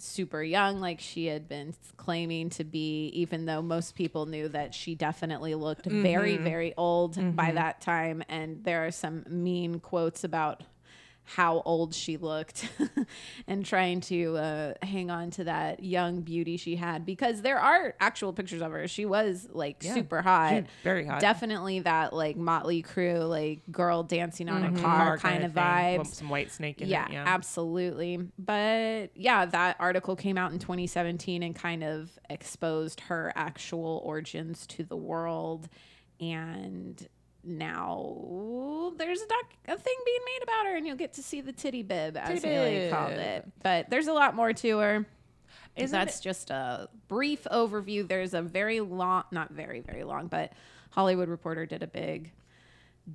D: super young like she had been claiming to be even though most people knew that she definitely looked very very old by that time and there are some mean quotes about how old she looked [LAUGHS] and trying to uh, hang on to that young beauty she had because there are actual pictures of her she was like super hot
E: very hot.
D: definitely that like motley crew like girl dancing on
E: Mm-hmm.
D: a car, kind of
E: thing.
D: vibes
E: With Some white snake in
D: yeah,
E: it. Yeah,
D: absolutely. But yeah, that article came out in 2017 and kind of exposed her actual origins to the world. And now there's a doc a thing being made about her, and you'll get to see the titty bib, as
E: Titty
D: Haley
E: bib.
D: called it. But there's a lot more to her.
E: Isn't
D: That's just a brief overview. There's a very long, not very, very long, but Hollywood Reporter did a big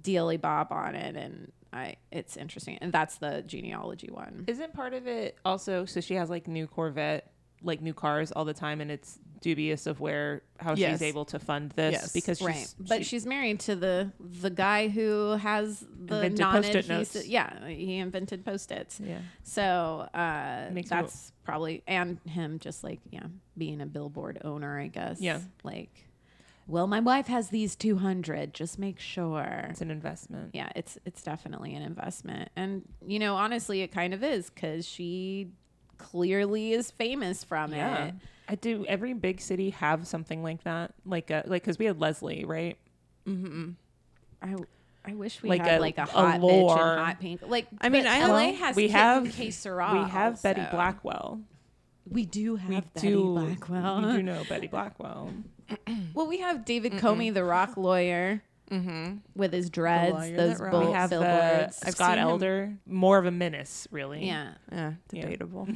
D: Dealey Bob on it, and I it's interesting. And that's the genealogy one.
E: Isn't part of it also so she has like new Corvette, like new cars all the time, and it's dubious of where how
C: Yes.
E: she's able to fund this
C: Yes.
E: because she's,
D: right, but
E: she-
D: she's married to the the guy who has the
E: Invented Post-it
D: non-adhesive.
E: notes.
D: Yeah, he invented post-its.
E: yeah.
D: So uh,
E: Makes me-
D: that's probably and him just like yeah being a billboard owner, I guess.
E: Yeah.
D: like well, my wife has these two hundred. Just make sure.
E: It's an investment.
D: Yeah, it's it's definitely an investment, and you know, honestly, it kind of is because she clearly is famous from
E: Yeah.
D: it.
E: I do every big city have something like that? Like a like cuz we had Leslie, right?
D: I I wish we
E: Like
D: had
E: a-
D: like a
E: a
D: hot bitch
E: lore.
D: and hot pink. Like
C: I mean,
D: but
C: I
D: LA
C: like-
D: has
E: we
D: Kit
E: have-
D: and Kay Sarah,
E: we have Betty
D: so-
E: Blackwell.
D: We do have
E: We
D: Betty
E: do
D: Blackwell.
E: You do know Betty Blackwell.
D: Well, we have David Comey, the rock lawyer, with his dreads,
C: lawyer
D: those
C: that
D: bull
C: rocks.
E: Mm-hmm. we have the,
D: billboards.
C: I've
E: Scott
C: seen him.
E: Elder, more of a menace, really.
D: yeah,
C: Yeah,
E: Yeah.
C: [LAUGHS] debatable.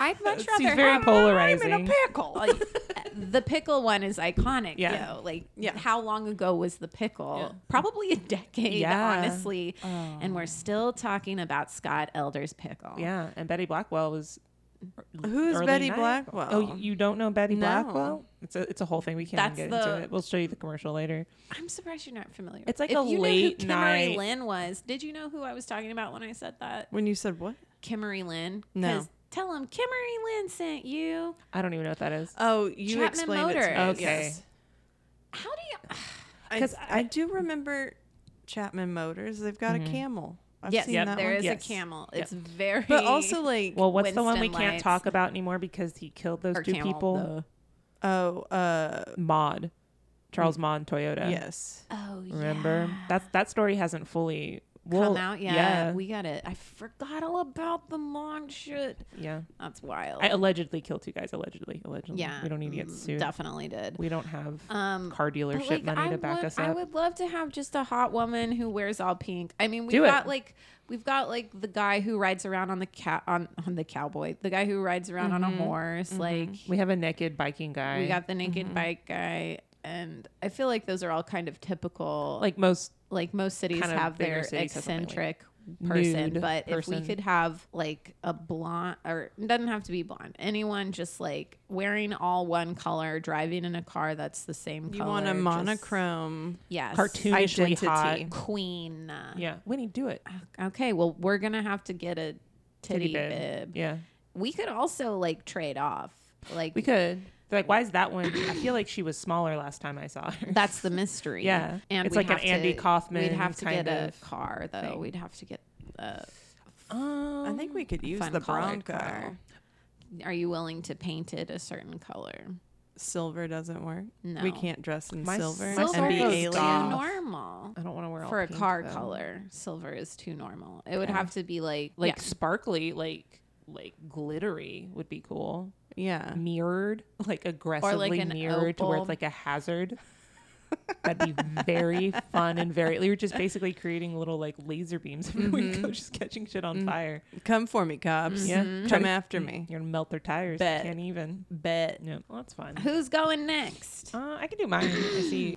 D: I'd much
E: She's
D: rather
E: very
D: have
E: polarizing.
D: I'm in a pickle. Like, [LAUGHS] the pickle one is iconic,
E: Yeah.
D: though. Like,
C: Yeah.
D: how long ago was the pickle?
E: Yeah.
D: Probably a decade,
E: Yeah. Oh.
D: honestly. And we're still talking about Scott Elder's pickle.
E: Yeah, and Betty Blackwell was.
C: Who's
E: early
C: Betty
E: 90s.
C: Blackwell?
E: Oh, you- you don't know Betty
C: No.
E: Blackwell? It's a it's a whole thing. We can't
D: That's
E: even get
D: the-
E: into it. We'll show you the commercial later.
D: I'm surprised you're not familiar.
E: It's like
D: if
E: a
D: you
E: late
D: knew who Kimmery
E: night-
D: Lynn was. Did you know who I was talking about when I said that?
C: When you said what?
D: Kimmery Lynn.
C: No.
D: 'Cause Tell him Kimmery Lynn sent you.
E: I don't even know what that is.
C: Oh, you
D: Chapman
C: explained it. To me.
D: Motors.
E: Okay.
C: Yes.
D: How do you? [SIGHS]
C: Because I, I do remember Chapman Motors. They've got a camel. I've
D: yes,
C: seen
E: Yep.
C: that
D: there
C: one.
D: is
E: Yes.
D: a camel.
E: Yep.
D: It's very.
C: But also like
E: Well, what's the one we
D: Winston
E: can't
D: lights.
E: talk about anymore because he killed those
D: Or
E: two
D: camel,
E: people?
C: oh uh
E: Maud, Charles
C: Mm.
E: Maud Toyota.
C: yes.
D: oh,
E: remember
D: yeah.
E: that that story hasn't fully
D: come
E: well,
D: out. Yeah,
E: yeah,
D: we got it. I forgot all about the mom shit.
E: yeah.
D: That's wild.
E: I allegedly killed two guys. Allegedly, allegedly.
D: Oh. yeah,
E: we don't need to get
D: mm,
E: sued.
D: Definitely did.
E: We don't have
D: Um,
E: car
D: but,
E: dealership
D: like,
E: money
D: I
E: to back
D: would,
E: us
D: I
E: up.
D: would love to have just a hot woman who wears all pink. I mean, we've
E: Do it.
D: got like we've got like the guy who rides around on the cat on on the cowboy, the guy who rides around on a horse, like
E: Mm-hmm. we Mm-hmm. have a naked biking guy.
D: We got the naked bike guy, and I feel like those are all kind of typical. Like
E: like most
D: like most cities
E: kind of
D: have
E: bigger
D: their
E: cities have something like
D: eccentric person,
E: nude
D: but if
E: person.
D: we could have like a blonde, or it doesn't have to be blonde, anyone just like wearing all one color, driving in a car that's the same.
C: You
D: color,
C: want a
D: just-
C: monochrome
D: yes,
E: cartoonishly hot.
C: Identity.
D: queen.
E: Yeah, Winnie, do it.
D: Okay, well we're gonna have to get a titty,
E: bib.
D: bib.
E: Yeah,
D: We could also like trade off. Like
E: we could. They're like, why is that one? I feel like she was smaller last time I saw
D: [LAUGHS]
E: her.
D: That's the mystery.
E: Yeah.
D: and
E: It's
D: we'd
E: like an
D: have
E: Andy
D: to-
E: Kaufman
D: We'd have to
E: kind
D: get a
E: of
D: car though.
E: thing.
D: We'd have to get. Uh,
E: Um,
C: I think we could use
D: fun
C: the
D: colored
C: Bronco.
D: car. are you willing to paint it a certain color?
C: Silver doesn't work.
D: No.
C: We can't dress in
E: My
C: silver,
E: silver
C: and be
E: goes
D: is
C: alien.
D: too
E: down.
D: normal
E: I don't want to wear all
D: for a
E: pink,
D: car
E: though.
D: color. Silver is too normal. It would have to be like
E: like
D: yeah.
E: sparkly, like like glittery would be cool.
C: Yeah.
E: Mirrored, like aggressively
D: an
E: mirrored to where
D: opal.
E: it's like a hazard. That'd be very fun and very. You're just basically creating little like laser beams [LAUGHS] everywhere you go, just catching shit on fire.
C: Come for me, cops.
E: Yeah,
C: Mm-hmm. Come mm. after me.
E: You're gonna melt their tires.
C: Bet.
E: Can't even.
C: Bet.
E: No, well, that's fine.
D: Who's going next?
E: Uh, I can do mine. I see.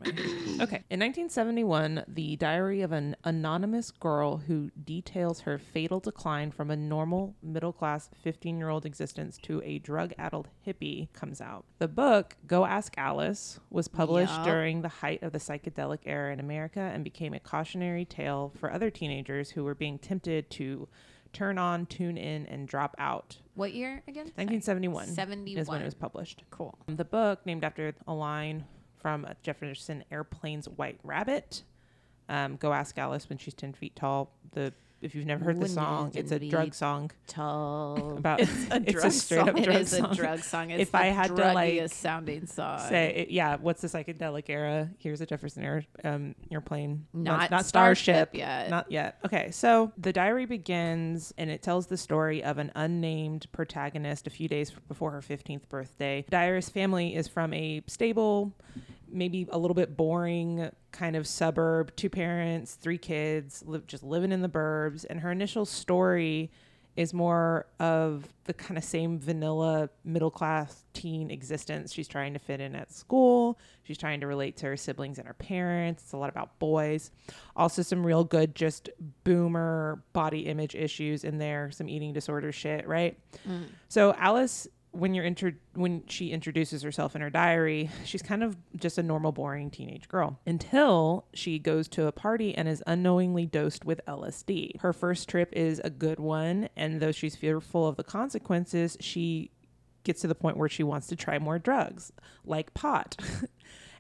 E: Okay. In 1971, the diary of an anonymous girl who details her fatal decline from a normal middle class 15 year old existence to a drug addled hippie comes out. The book, Go Ask Alice, was published
D: Yup.
E: during the height of the psychedelic era in America and became a cautionary tale for other teenagers who were being tempted to turn on, tune in, and drop out.
D: What year again?
E: 1971 is when
D: 71.
E: it was published.
D: Cool.
E: The book, named after a line from Jefferson Airplane's White Rabbit, um, go ask Alice when she's 10 feet tall. The If you've never heard the
D: When
E: song,
D: you
E: it's a
D: can be
E: drug song
D: Tall.
E: about [LAUGHS] it's a,
C: drug
E: straight up
D: It
E: drug
D: is
E: song.
D: a drug song. It's
E: If
D: the
E: I had to,
D: druggiest
E: like,
D: sounding song.
E: Say it, yeah. What's the psychedelic era? Here's a Jefferson Air, um, airplane,
D: Not Starship yet.
E: Not yet. Okay, so the diary begins and it tells the story of an unnamed protagonist a few days before her 15th birthday. Diarist's family is from a stable, maybe a little bit boring kind of suburb, two parents, three kids, live, just living in the burbs. And her initial story is more of the kind of same vanilla middle class teen existence. She's trying to fit in at school. She's trying to relate to her siblings and her parents. It's a lot about boys. Also, some real good, just boomer body image issues in there, some eating disorder shit, right? So, Alice. When you're inter- when she introduces herself in her diary, she's kind of just a normal, boring teenage girl until she goes to a party and is unknowingly dosed with LSD. Her first trip is a good one, and though she's fearful of the consequences, she gets to the point where she wants to try more drugs, like pot. [LAUGHS]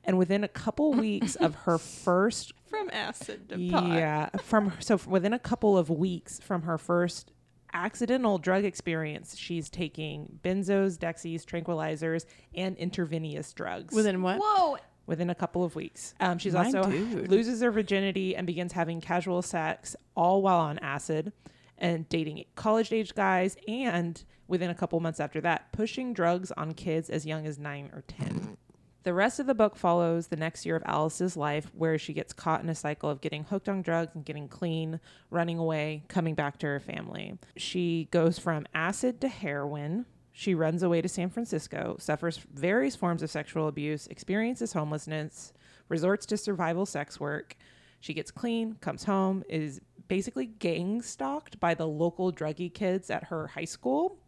E: and within a couple weeks of her first
C: From acid to pot.
E: yeah, from so f- within a couple of weeks from her first accidental drug experience, she's taking benzos, dexies, tranquilizers, and intravenous drugs
C: Within what?
D: Whoa.
E: within a couple of weeks. Um, she's
C: My
E: also
C: dude.
E: loses her virginity and begins having casual sex, all while on acid and dating college age guys, and within a couple months after that, pushing drugs on kids as young as nine or 10. The rest of the book follows the next year of Alice's life, where she gets caught in a cycle of getting hooked on drugs and getting clean, running away, coming back to her family. She goes from acid to heroin. She runs away to San Francisco, suffers various forms of sexual abuse, experiences homelessness, resorts to survival sex work. She gets clean, comes home, is basically gang stalked by the local druggy kids at her high school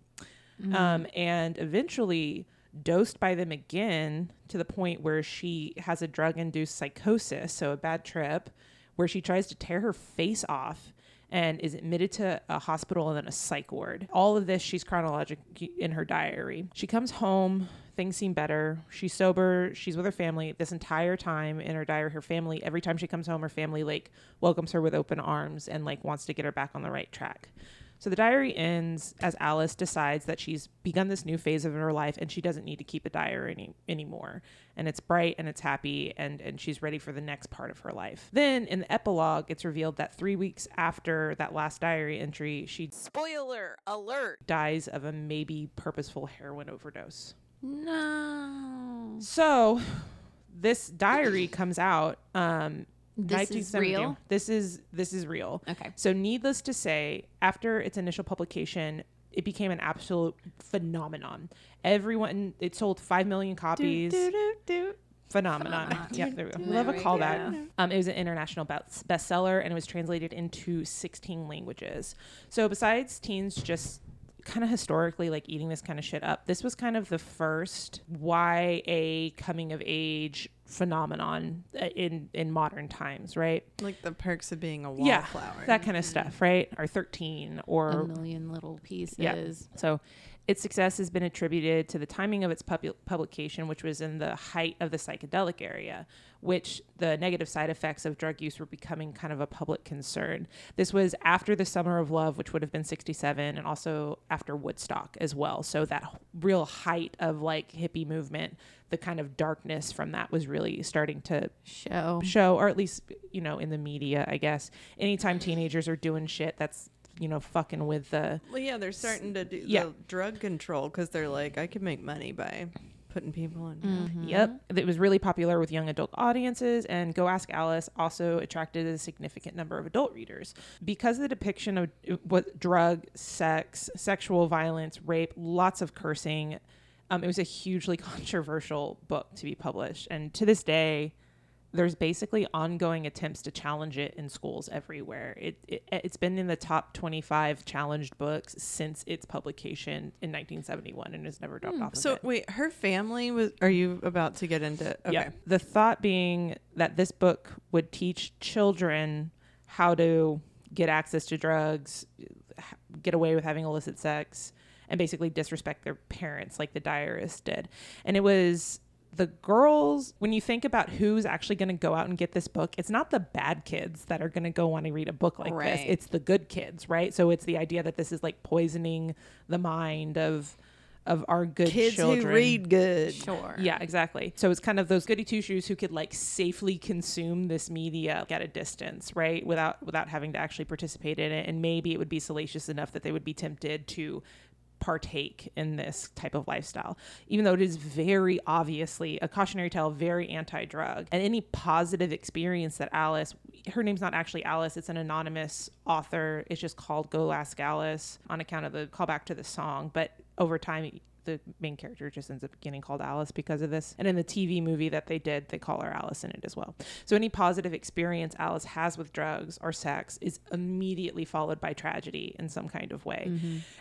E: um, and eventually dosed by them again to the point where she has a drug induced psychosis, so a bad trip, where she tries to tear her face off and is admitted to a hospital and then a psych ward. All of this she's chronologic in her diary. She comes home, things seem better. She's sober, she's with her family this entire time in her diary. Her family, every time she comes home, her family like welcomes her with open arms and like wants to get her back on the right track. So the diary ends as Alice decides that she's begun this new phase of her life and she doesn't need to keep a diary any, anymore. And it's bright and it's happy and, and she's ready for the next part of her life. Then in the epilogue, it's revealed that three weeks after that last diary entry, she
A: Spoiler alert.
E: dies of a maybe purposeful heroin overdose.
D: No.
E: So this diary comes out um
D: This is
E: 1970.
D: real?
E: This is this is real.
D: Okay.
E: So needless to say, after its initial publication, it became an absolute phenomenon. Everyone it sold 5 million copies. Phenomenon. Yeah, there we go. Love a
D: There we
E: callback. Um, it was an international best- bestseller and it was translated into 16 languages. So besides teens just kind of historically like eating this kind of shit up, this was kind of the first YA coming of age phenomenon uh, in in modern times, right?
C: Like the perks of being a
E: Yeah,
C: wallflower.
E: that kind of stuff, right? Or 13
D: A
E: or
D: million little pieces.
E: so its success has been attributed to the timing of its pub- publication, which was in the height of the psychedelic area, which the negative side effects of drug use were becoming kind of a public concern. This was after the Summer of Love, which would have been 67, and also after Woodstock as well. So that h- real height of like hippie movement, the kind of darkness from that was really starting to
D: Show.
E: show, or at least you know in the media, I guess. Anytime teenagers are doing shit that's you know fucking with the
C: Well, yeah, they're starting to do
E: Yeah.
C: the drug control because they're like, I can make money by putting people in.
D: Mm-hmm.
E: Yep. It was really popular with young adult audiences, and Go Ask Alice also attracted a significant number of adult readers. Because of the depiction of uh, what drug, sex, sexual violence, rape, lots of cursing, um, it was a hugely [LAUGHS] controversial book to be published. And to this day, there's basically ongoing attempts to challenge it in schools everywhere. It, it it's been in the top 25 challenged books since its publication in 1971 and has never dropped off. of
C: So
E: it.
C: wait, her family was. Are you about to get into? Okay.
E: Yeah. The thought being that this book would teach children how to get access to drugs, h- get away with having illicit sex, and basically disrespect their parents like the diarist did. And it was the girls, when you think about who's actually going to go out and get this book, it's not the bad kids that are going to go want to read a book like this.
D: Right.
E: It's the good kids, right? So it's the idea that this is like poisoning the mind of of our good
C: Kids
E: children.
C: who read good.
D: Sure.
E: Yeah, exactly. So it's kind of those goody two shoes who could like safely consume this media at a distance, right? Without without having to actually participate in it. And maybe it would be salacious enough that they would be tempted to partake in this type of lifestyle, even though it is very obviously a cautionary tale, very anti drug. And any positive experience that Alice, her name's not actually Alice, it's an anonymous author. It's just called Go Ask Alice on account of the callback to the song. But over time, the main character just ends up getting called Alice because of this. And in the TV movie that they did, they call her Alice in it as well. So any positive experience Alice has with drugs or sex is immediately followed by tragedy in some kind of way.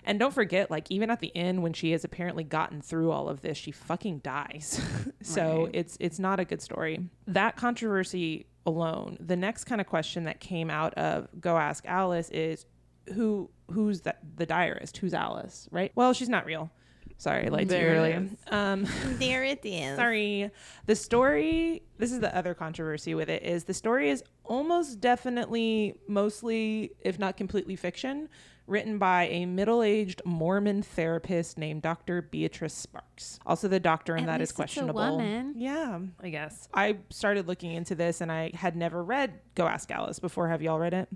E: And don't forget, like, even at the end when she has apparently gotten through all of this, she fucking dies. [LAUGHS] so it's it's not a good story. That controversy alone, the next kind of question that came out of Go Ask Alice is who who's that the diarist? Who's Alice? Right? Well, she's not real. Sorry, I lied to you
C: There it
E: earlier. Um,
A: There it is.
E: sorry. The story. This is the other controversy with it. Is the story is almost definitely mostly, if not completely, fiction, written by a middle-aged Mormon therapist named Dr. Beatrice Sparks. Also, the doctor in
D: At
E: that is
D: least it's a
E: questionable.
D: woman.
E: Yeah, I guess I started looking into this, and I had never read Go Ask Alice before. Have y'all read it?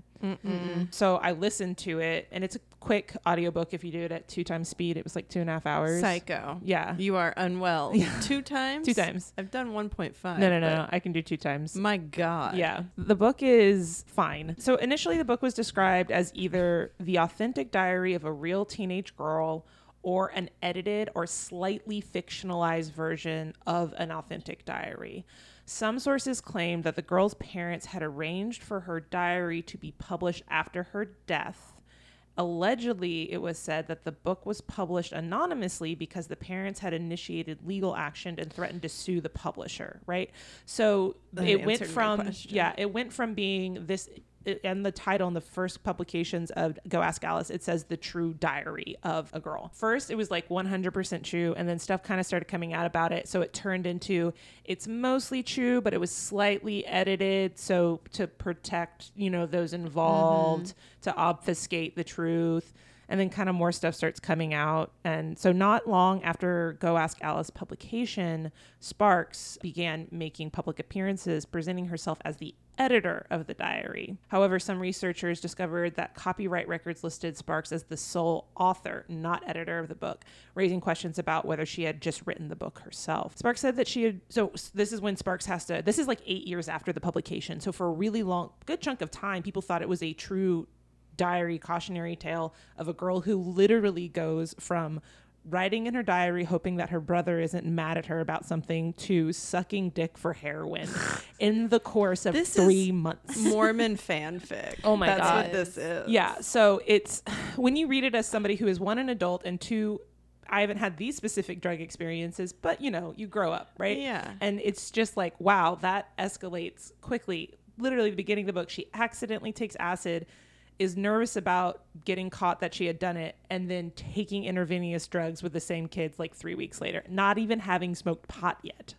E: So I listened to it, and it's a quick audiobook. If you do it at two times speed, it was like two and a half hours.
C: Psycho.
E: Yeah.
C: [LAUGHS] You are unwell. Two times?
E: Two times.
C: I've done 1.5.
E: No, no, no,
C: but-
E: no. I can do two times.
C: My God.
E: Yeah. The book is fine. So initially, the book was described as either the authentic diary of a real teenage girl or an edited or slightly fictionalized version of an authentic diary. Some sources claim that the girl's parents had arranged for her diary to be published after her death. Allegedly, it was said that the book was published anonymously because the parents had initiated legal action and threatened to sue the publisher, right? So
C: That
E: it went
C: answered my
E: from
C: question.
E: yeah, it went from being this and the title in the first publications of Go Ask Alice, it says the true diary of a girl. First, it was like 100% true, and then stuff kind of started coming out about it. So it turned into it's mostly true, but it was slightly edited. So to protect, you know, those involved,
C: Mm-hmm.
E: to obfuscate the truth and then kind of more stuff starts coming out. And so, not long after Go Ask Alice publication, Sparks began making public appearances, presenting herself as the editor of the diary. However, some researchers discovered that copyright records listed Sparks as the sole author, not editor of the book, raising questions about whether she had just written the book herself. Sparks said that she had, so this is when Sparks has to, this is like eight years after the publication. So, for a really long, good chunk of time, people thought it was a true diary cautionary tale of a girl who literally goes from writing in her diary hoping that her brother isn't mad at her about something to sucking dick for
C: [SIGHS]
E: heroin in the course of
C: This is-
E: 3 months. [LAUGHS]
C: Mormon fanfic.
E: Oh my
C: That's
E: God.
C: what this is.
E: Yeah, so it's [SIGHS] when you read it as somebody who is one an adult and two I haven't had these specific drug experiences, but you know, you grow up, right?
C: Yeah.
E: And it's just like, wow, that escalates quickly. Literally, the beginning of the book, she accidentally takes acid, is nervous about getting caught that she had done it, and then taking intravenous drugs with the same kids like three weeks later, not even having smoked pot yet.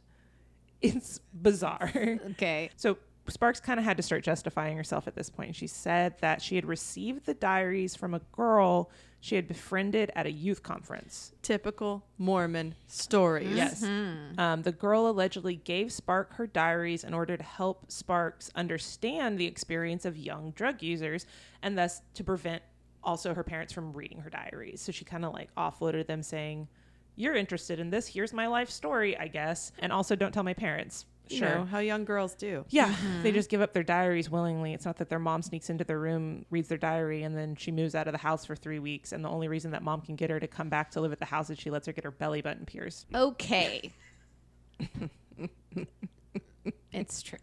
E: It's bizarre. [LAUGHS]
D: Okay.
E: So Sparks kind of had to start justifying herself at this point. She said that she had received the diaries from a girl she had befriended at a youth conference.
C: Typical Mormon stories.
E: Yes. Um, the girl allegedly gave Spark her diaries in order to help Sparks understand the experience of young drug users and thus to prevent also her parents from reading her diaries. So she kind of like offloaded them saying, You're interested in this. Here's my life story, I guess. And also, don't tell my parents.
C: You
E: Sure.
C: know, how young girls do.
E: Yeah, they just give up their diaries willingly. It's not that their mom sneaks into their room, reads their diary, and then she moves out of the house for three weeks. And the only reason that mom can get her to come back to live at the house is she lets her get her belly button pierced. [LAUGHS]
D: Okay. it's true.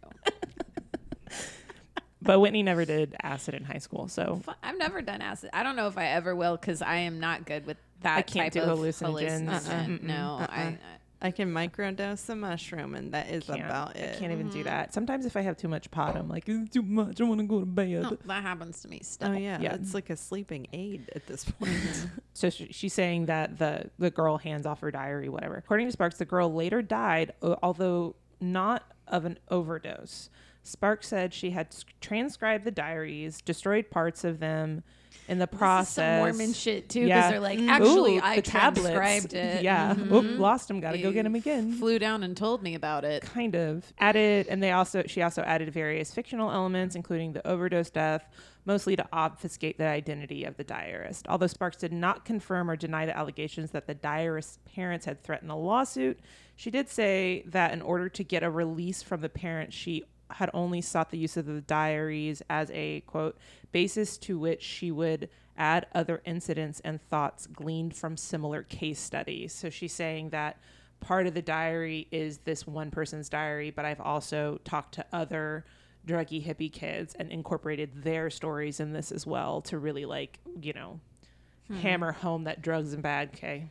E: But Whitney never did acid in high school, so
D: Fu- I've never done acid. I don't know if I ever will because I am not good with that
E: I can't
D: type
E: do
D: of
E: hallucinogens. Uh-uh.
D: hallucinogen.
E: Mm-mm.
D: No, I, I
C: I can microdose a mushroom, and that is
E: can't,
C: about
E: I
C: it.
E: can't even do that. Sometimes if I have too much pot, I'm like, it's too much. I want to go to bed.
D: no, that happens to me still.
C: Oh yeah,
E: Yeah.
C: it's like a sleeping aid
E: [LAUGHS]
C: at this point.
E: So sh- she's saying that the the girl hands off her diary, uh, whatever. According to Sparks, the girl later died, o- although not of an overdose. Sparks said she had s- transcribed the diaries, destroyed parts of them in the
D: This is
E: process.
D: some Mormon shit too, because
E: Yeah.
D: they're like,
E: Mm.
D: actually,
E: Ooh,
D: I
E: the tablets.
D: transcribed it.
E: Yeah.
D: Mhm.
E: Oop, lost him. Got to go
D: They
E: get him again.
D: Flew down and told me about it.
E: kind of added and they also she also added various fictional elements including the overdose death mostly to obfuscate the identity of the diarist although sparks did not confirm or deny the allegations that the diarist's parents had threatened a lawsuit she did say that in order to get a release from the parents she had only sought the use of the diaries as a quote basis to which she would add other incidents and thoughts gleaned from similar case studies so she's saying that part of the diary is this one person's diary, but I've also talked to other druggy hippie kids and incorporated their stories in this as well to really like, you know, hammer home that drugs and bad, okay?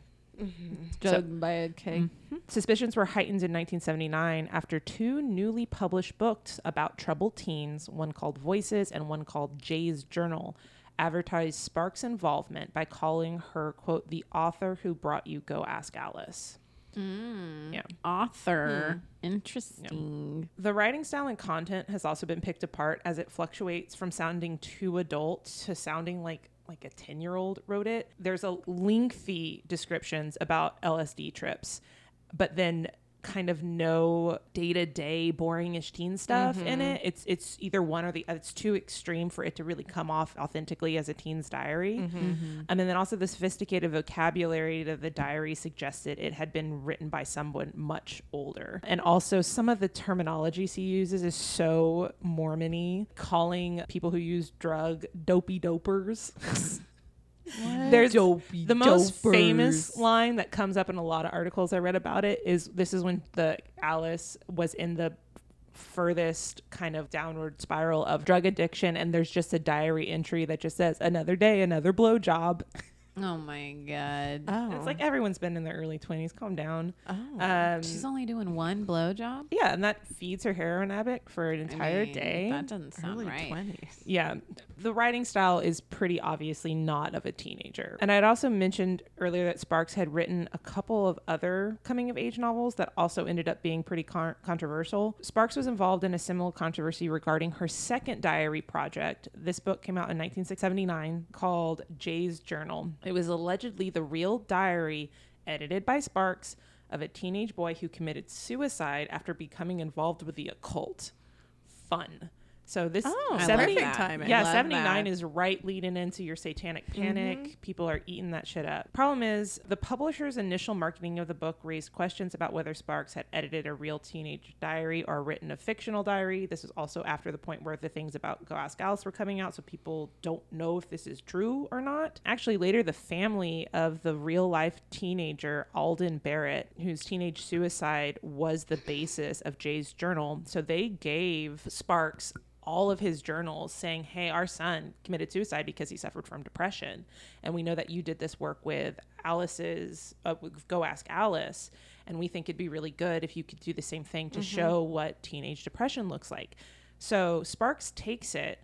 D: Drugged by a cake.
E: Mm. Suspicions were heightened in 1979 after two newly published books about troubled teens, one called Voices and one called Jay's Journal, advertised Sparks' involvement by calling her, quote, the author who brought you Go Ask Alice. Yeah.
D: Author.
E: Mm.
D: Interesting.
E: The writing style and content has also been picked apart as it fluctuates from sounding too adult to sounding like like a 10-year-old wrote it. There's a lengthy descriptions about LSD trips, but then kind of no day-to-day boringish teen stuff in it. It's it's either one or the other. It's too extreme for it to really come off authentically as a teen's diary. Um, and then also the sophisticated vocabulary that the diary suggested it had been written by someone much older. And also some of the terminology she uses is so Mormony, calling people who use drug dopey dopers. There's the most famous line that comes up in a lot of articles I read about it is this is when the Alice was in the furthest kind of downward spiral of drug addiction and there's just a diary entry that just says another day another blow [LAUGHS] job
D: Oh my God.
C: Oh,
E: it's like everyone's been in their early 20s calm down
D: Oh.
E: um,
D: She's only doing one blowjob?
E: yeah and that feeds her heroin addict for an
D: I
E: entire
D: mean,
E: day
D: That doesn't sound
C: early
D: right.
C: twenties.
E: Yeah, the writing style is pretty obviously not of a teenager. And I'd also mentioned earlier that Sparks had written a couple of other coming of age novels that also ended up being pretty con- controversial. Sparks was involved in a similar controversy regarding her second diary project. This book came out in 1979 called Jay's Journal. It was allegedly the real diary edited by Sparks of a teenage boy who committed suicide after becoming involved with the occult fun. So this
D: Oh, I love
E: 70
D: that.
C: timing.
E: Yeah,
D: Love
E: 79
D: that.
E: is right leading into your satanic panic. People are eating that shit up. Problem is, the publisher's initial marketing of the book raised questions about whether Sparks had edited a real teenage diary or written a fictional diary. This is also after the point where the things about Go Ask Alice were coming out, so people don't know if this is true or not. Actually, later, the family of the real life teenager, Alden Barrett, whose teenage suicide was the basis of Jay's journal, so they gave Sparks all of his journals saying, Hey, our son committed suicide because he suffered from depression. And we know that you did this work with Alice's, uh, with Go Ask Alice. And we think it'd be really good if you could do the same thing to show what teenage depression looks like. So Sparks takes it.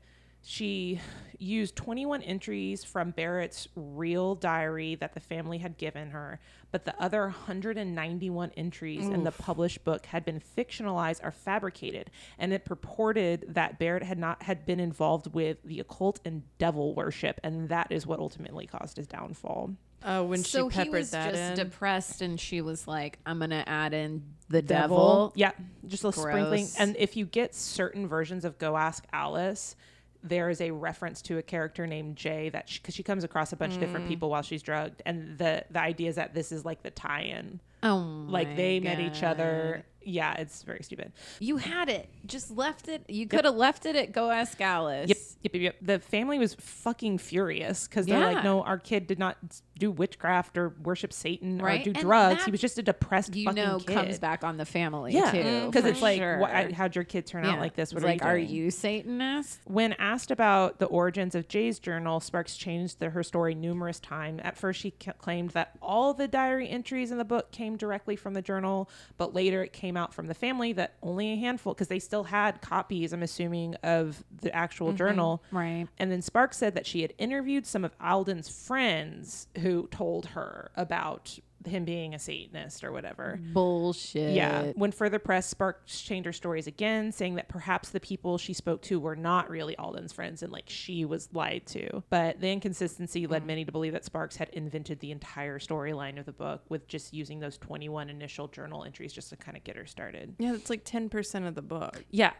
E: She used 21 entries from Barrett's real diary that the family had given her, but the other 191 entries in the published book had been fictionalized or fabricated, and it purported that Barrett had not had been involved with the occult and devil worship, and that is what ultimately caused his downfall.
C: Oh, when
D: so
C: she peppered
D: he was
C: that
D: just
C: in.
D: depressed, and she was like, "I'm gonna add in the devil."
E: Yeah, just a little sprinkling.
D: Gross.
E: And if you get certain versions of Go Ask Alice, there is a reference to a character named Jay that because she, comes across a bunch of
D: Mm.
E: different people while she's drugged, and the the idea is that this is like the tie-in,
D: Oh,
E: like
D: my
E: they met each other.
D: God.
E: Yeah, it's very stupid.
D: You had it, just left it. You could have left it at Go Ask Alice.
E: Yep, yep, yep, yep. The family was fucking furious because they're
D: Yeah.
E: like, no, our kid did not do witchcraft or worship Satan
D: Right?
E: or do
D: And
E: drugs.
D: that
E: he was just a depressed
D: You
E: fucking
D: know,
E: kid.
D: comes back on the family
E: yeah, [LAUGHS]
D: too,
E: because
D: for
E: it's like,
D: sure.
E: wha- how'd your kid turn
D: Yeah.
E: out like this? What
D: It's
E: are
D: like,
E: you
D: are
E: doing?
D: you Satanist?
E: When asked about the origins of Jay's journal, Sparks changed the, her story numerous times. At first, she c- claimed that all the diary entries in the book came directly from the journal, but later it came out from the family that only a handful, because they still had copies, I'm assuming, of the actual journal.
D: Right.
E: And then Sparks said that she had interviewed some of Alden's friends who told her about him being a Satanist or whatever.
D: Bullshit.
E: Yeah. When further press sparked changed her stories again, saying that perhaps the people she spoke to were not really Alden's friends and like she was lied to. But the inconsistency led many to believe that Sparks had invented the entire storyline of the book with just using those 21 initial journal entries just to kind of get her started.
C: Yeah, it's like 10% of the book.
E: Yeah.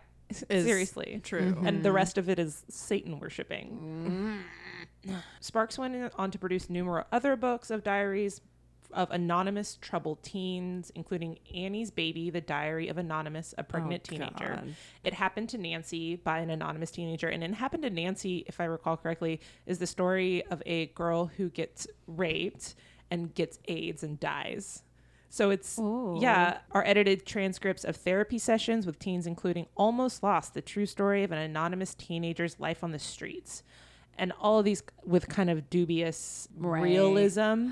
C: Is
E: Seriously.
C: True. Mm-hmm.
E: And the rest of it is Satan worshiping.
C: Mm-hmm.
E: Sparks went in- on to produce numerous other books of diaries of anonymous troubled teens, including Annie's Baby, The Diary of Anonymous, a Pregnant Teenager.
C: Oh, God.
E: It happened to Nancy by an anonymous teenager. And it happened to Nancy, if I recall correctly, is the story of a girl who gets raped and gets AIDS and dies. So it's yeah, uh, are edited transcripts of therapy sessions with teens including Almost Lost, the true story of an anonymous teenager's life on the streets. And all of these with kind of dubious
D: Right.
E: realism.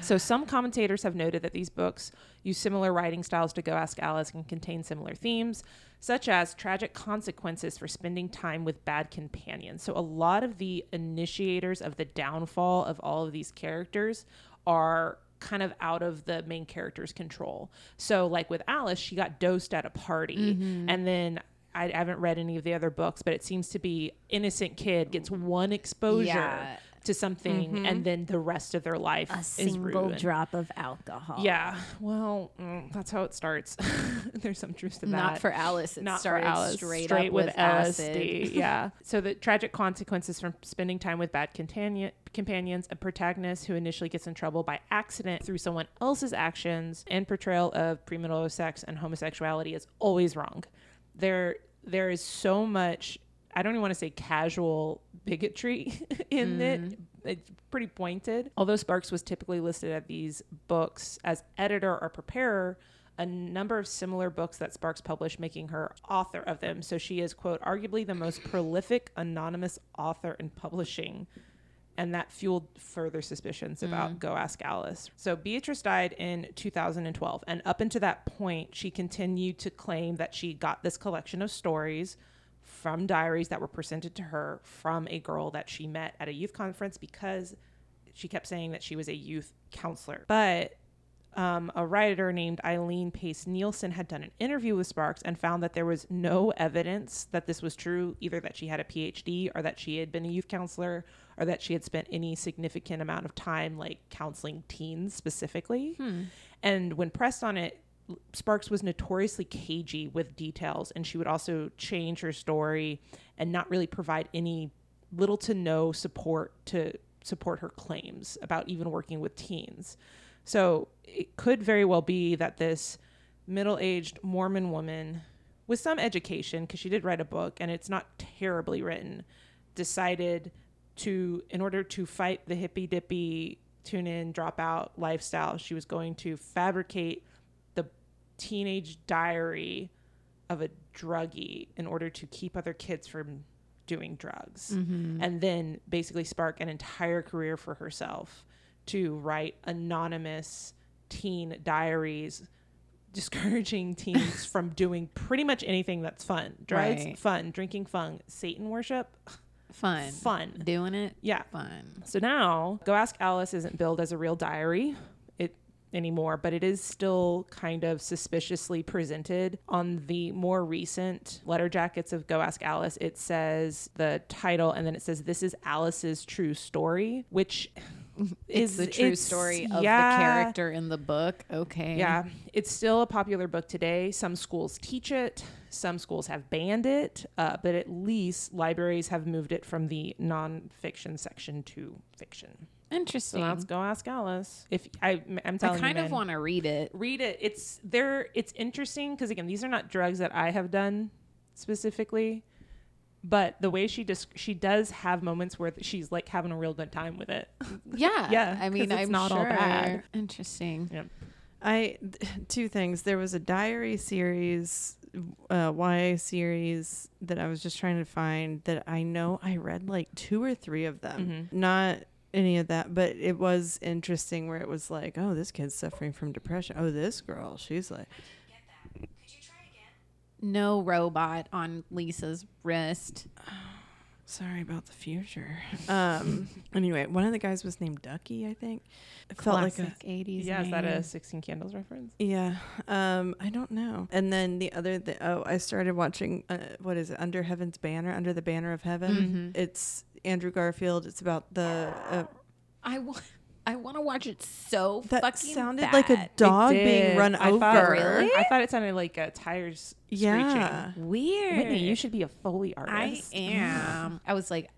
E: So some commentators have noted that these books use similar writing styles to Go Ask Alice and contain similar themes, such as tragic consequences for spending time with bad companions. So a lot of the initiators of the downfall of all of these characters are kind of out of the main character's control. So like with Alice, she got dosed at a party and then I I haven't read any of the other books, but it seems to be innocent kid gets one exposure
D: Yeah.
E: to something and then the rest of their life
D: A
E: is
D: single
E: ruined.
D: drop of alcohol.
E: Yeah. Well, mm, that's how it starts. [LAUGHS] There's some truth to that.
D: Not for Alice. It
E: Not for
D: started
E: Alice.
D: straight, up with, acid. [LAUGHS]
E: LSD. yeah. So the tragic consequences from spending time with bad companion- companions, a protagonist who initially gets in trouble by accident through someone else's actions, and portrayal of premarital sex and homosexuality is always wrong. There, there is so much. I don't even want to say casual bigotry [LAUGHS] in
D: Mm.
E: it. It's pretty pointed. Although Sparks was typically listed at these books as editor or preparer, a number of similar books that Sparks published, making her author of them. So she is, quote, arguably the most prolific anonymous author in publishing. And that fueled further suspicions about Go Ask Alice. So Beatrice died in 2012. And up until that point, she continued to claim that she got this collection of stories from diaries that were presented to her from a girl that she met at a youth conference because she kept saying that she was a youth counselor. But um, a writer named Eileen Pace Nielsen had done an interview with Sparks and found that there was no evidence that this was true, either that she had a PhD or that she had been a youth counselor or that she had spent any significant amount of time like counseling teens specifically. And when pressed on it, Sparks was notoriously cagey with details, and she would also change her story and not really provide any little to no support to support her claims about even working with teens. So it could very well be that this middle aged Mormon woman, with some education, because she did write a book and it's not terribly written, decided to, in order to fight the hippy dippy tune in, drop out lifestyle, she was going to fabricate the teenage diary of a druggie in order to keep other kids from doing drugs
D: Mm-hmm.
E: and then basically spark an entire career for herself to write anonymous teen diaries [LAUGHS] discouraging
D: [LAUGHS]
E: teens from doing pretty much anything that's fun drugs
D: Right.
E: fun drinking fun satan worship
D: Fun.
E: Fun.
D: Doing it.
E: yeah
D: Fun.
E: so now, Go Ask Alice isn't billed as a real diary it anymore, but it is still kind of suspiciously presented on the more recent letter jackets of Go Ask Alice. It says the title, and then it says this is Alice's true story, which
D: [LAUGHS] It's
E: is
D: the true
E: it's-
D: story of the
E: yeah.
D: character in the book. Okay.
E: Yeah, it's still a popular book today. Some schools teach it, some schools have banned it, uh, but at least libraries have moved it from the nonfiction section to fiction. So
D: Interesting.
E: let's go ask Alice. If I, I'm telling
D: I
E: you,
D: kind of
E: man.
D: want to read it.
E: read it. It's there. It's interesting because again, these are not drugs that I have done specifically, but the way she just she does have moments where she's like having a real good time with it.
D: Yeah.
E: Yeah,
D: I mean,
E: 'cause it's
D: I'm
E: not
D: sure.
E: all bad.
D: Interesting.
C: I [LAUGHS] two things. There was a diary series, uh, YA series that I was just trying to find that I know I read like two or three of them. Not any of that, but it was interesting where it was like, oh, this kid's suffering from depression. Oh, this girl, she's like,
D: No robot on Lisa's wrist.
C: Sorry about the future. Um. anyway, one of the guys was named Ducky, I think. It felt like a
D: 80s.
E: yeah, is that a Sixteen Candles reference?
C: yeah. Um. I don't know. And then the other. The, oh, I started watching. Uh, what is it? Under Heaven's Banner. Under the Banner of Heaven.
D: Mm-hmm.
C: It's Andrew Garfield. It's about the. Uh,
D: I want. I want to watch it so
C: that
D: fucking
C: sounded
D: bad.
C: like a dog being run
E: I
C: over.
E: Thought, I thought it sounded like uh, tires
C: Yeah.
D: weird.
E: screeching. Whitney, you should be a Foley
D: I
E: artist.
D: am. I was like,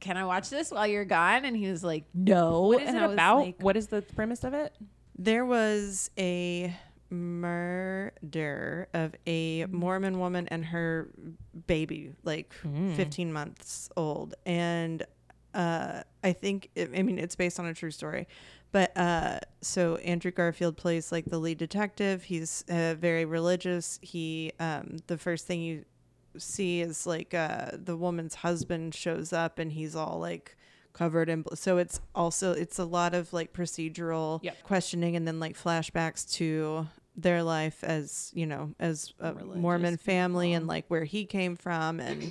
D: "Can I watch this while you're gone?" And he was like, "No."
E: what is
D: And
E: it
D: I was
E: about?
D: like,
E: what is the premise of it?
C: There was a murder of a Mormon woman and her baby, like
E: Hmm.
C: 15 months old. And uh, I think, I mean, it's based on a true story. But uh, so Andrew Garfield plays like the lead detective. He's uh, very religious. He, um, the first thing you see is like uh, the woman's husband shows up and he's all like covered in bl- so it's also it's a lot of like procedural
E: Yep.
C: questioning and then like flashbacks to their life as you know as a mormon family and like where he came from and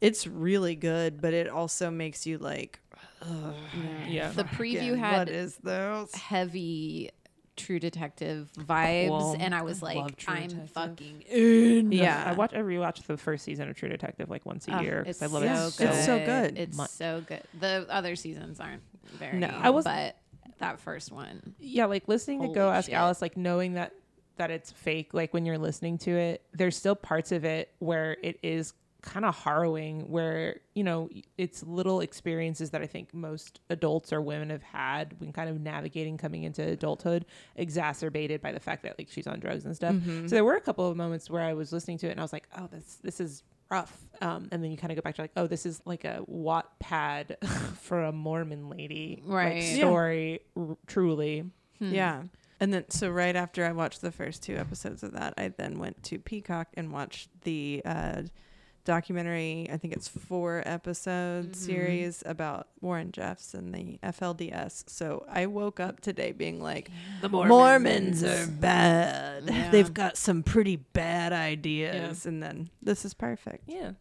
C: it's really good but it also makes you like
E: Yeah.
D: The preview
C: "Again,
D: had
C: what is this
D: heavy True Detective vibes,
E: Well,
D: and I was
E: I
D: like,
E: love True
D: "I'm
E: Detective.
D: fucking."
C: yeah
E: I watch. I rewatch the first season of True Detective like once a
D: Ugh,
E: year
D: Ah, it's
E: because I love it
C: so It's so good.
D: It's
E: much.
D: so good. The other seasons aren't very.
C: No.
D: No,
C: I
D: I was,
E: was-
D: but that first one.
E: yeah like listening to
D: Holy
E: go ask
D: shit.
E: alice like knowing that that it's fake like when you're listening to it there's still parts of it where it is kind of harrowing where you know it's little experiences that i think most adults or women have had when kind of navigating coming into adulthood exacerbated by the fact that like she's on drugs and stuff so there were a couple of moments where i was listening to it and i was like oh this this is rough um, and then you kind of go back to like oh this is like a wattpad [LAUGHS] for a mormon lady
D: Right.
E: like,
D: Yeah.
E: story r- truly
C: yeah and then so right after i watched the first two episodes of that i then went to peacock and watched the uh documentary i think it's four episode series about warren jeffs and the flds so i woke up today being like
E: the
C: Mormons are bad. [LAUGHS]
D: Yeah.
C: They've got some pretty bad ideas. And then this is perfect.
E: yeah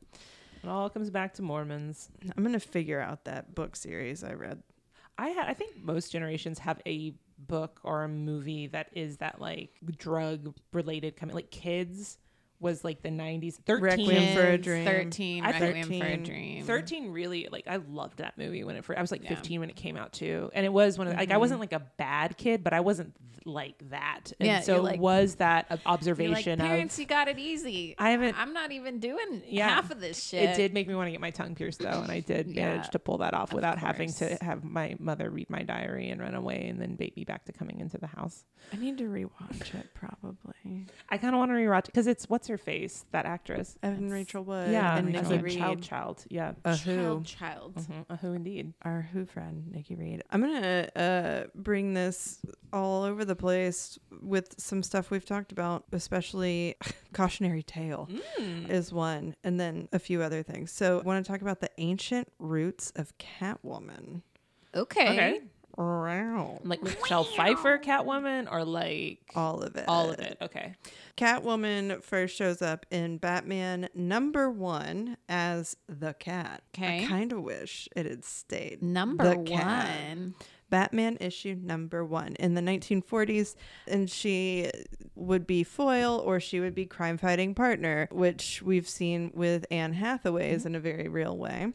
E: it all comes back to mormons
C: I'm going to figure out that book series I read.
E: i ha- i think most generations have a book or a movie that is that like drug related coming like kids was like the 90s 13
C: Requiem for a
D: Kids,
C: Dream.
D: Thirteen.
E: I-
D: Requiem for a
C: 13.
D: dream.
E: 13 really like i loved that movie when it first i was like
D: Yeah. Mm-hmm.
E: 15 when it came out too and it was one of like i wasn't like a bad kid but i wasn't like that and
D: Yeah,
E: so
D: you're like-
E: was that ob-
D: You're like,
E: observation of
D: parents, you got it easy.
E: I haven't-
D: I'm not even doing
E: Yeah.
D: half of this shit.
E: It did make me want to get my tongue pierced though, and I did
D: Yeah,
E: manage to pull that off
D: of
E: without having to
D: course.
E: have my mother read my diary and run away and then bait me back to coming into the house.
C: I need to rewatch it probably.
E: I kind of want to rewatch it because it's what's her face, that actress.
C: Evan Rachel Wood
E: yeah,
C: and
E: as
C: Nikki
E: Uh, a
C: Reed.
E: child, child. Yeah,
C: a who?
D: Child, child.
E: Mhm, a who indeed.
C: Our who friend, Nikki Reed. I'm going to uh, bring this all over the place with some stuff we've talked about, especially [LAUGHS] Cautionary Tale.
E: Hmm,
C: is one, and then a few other things. So, I want to talk about the ancient roots of Catwoman.
D: Okay.
E: Okay,
C: Wow.
E: like Michelle Pfeiffer, Catwoman, or like
C: All of it.
E: all of it. Okay,
C: Catwoman first shows up in Batman number one as the cat.
D: Okay.
C: I kind of wish it had stayed.
D: Number
C: the cat.
D: one.
C: Batman issue number one in the 1940s, and she would be foil or she would be crime fighting partner, which we've seen with Anne Hathaway's in a very real way,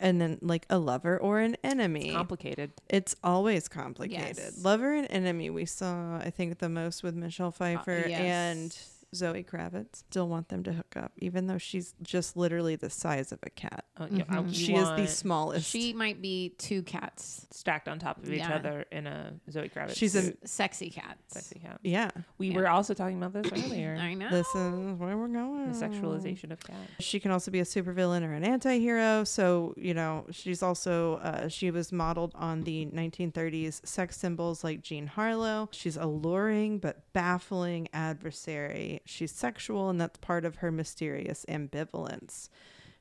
C: and then like a lover or an enemy.
E: complicated.
C: it's always complicated.
D: Yes.
C: Lover and enemy, we saw I think the most with Michelle Pfeiffer
D: yes.
C: and. Zoe Kravitz still want them to hook up, even though she's just literally the size of a cat.
E: Oh, yeah, I- you
C: She is the
E: want
C: smallest.
D: She might be two cats,
E: stacked on top of each
D: Yeah.
E: other in a Zoe Kravitz.
C: She's a
E: suit.
D: sexy cats.
E: sexy cat.
C: yeah.
E: We were also talking about this earlier. [COUGHS]
D: I know.
C: This is where we're going.
E: The sexualization of cat.
C: She can also be a supervillain or an anti-hero. So, you know, she's also uh, she was modeled on the 1930s sex symbols like Jean Harlow. She's alluring but baffling adversary. She's sexual and that's part of her mysterious ambivalence.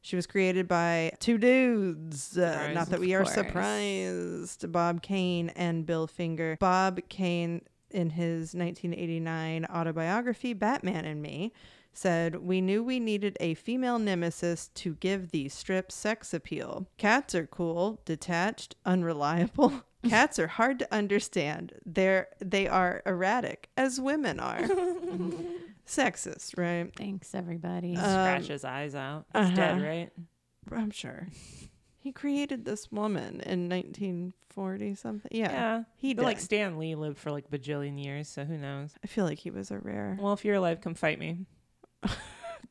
C: She was created by two dudes. Uh,
E: Surprise.
C: not that we
D: Of
C: are
D: course.
C: surprised. Bob Kane and Bill Finger. Bob Kane in his 1989 autobiography Batman and Me said, We knew we needed a female nemesis to give the strip sex appeal. Cats are cool, detached,
E: [LAUGHS]
C: unreliable. Cats are hard to understand. They're they are erratic, as
E: [LAUGHS]
C: women are. Sexist, right?
D: [LAUGHS] Thanks, everybody.
E: Scratch his eyes out. He's
C: uh-huh.
E: dead, right?
C: I'm sure. He created this woman in 1940 something. Yeah.
E: Yeah.
C: He
E: But,
C: did.
E: like Stan Lee lived for like bajillion years, so who knows?
C: I feel like he was a rare.
E: Well, if you're alive, come fight me.
C: [LAUGHS]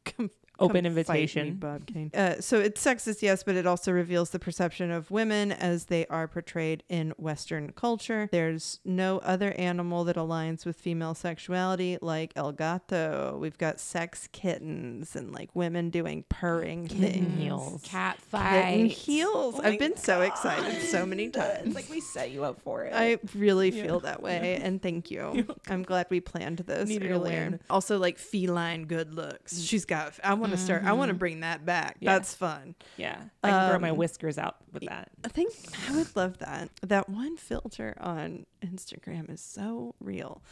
C: Come-
E: Open
C: come fight me,
E: invitation.
C: Bob Kane. Uh, so it's sexist, yes, but it also reveals the perception of women as they are portrayed in Western culture. There's no other animal that aligns with female sexuality like El Gato. We've got sex kittens and like women doing purring
E: Kitten
C: things.
E: heels.
D: Cat
C: Kitten
D: fight.
C: heels. I've been so excited so many times.
E: like we set you up for it.
C: I really feel that way, and thank you. I'm glad we planned this
E: Needed a
C: earlier.
E: win.
C: Also, like feline good looks. She's got. I want to start. I want
E: Mm-hmm.
C: to bring that back.
E: Yeah.
C: That's fun.
E: yeah. I can grow
C: Um,
E: my whiskers out with that.
C: I think I would love that. That one filter on Instagram is so real.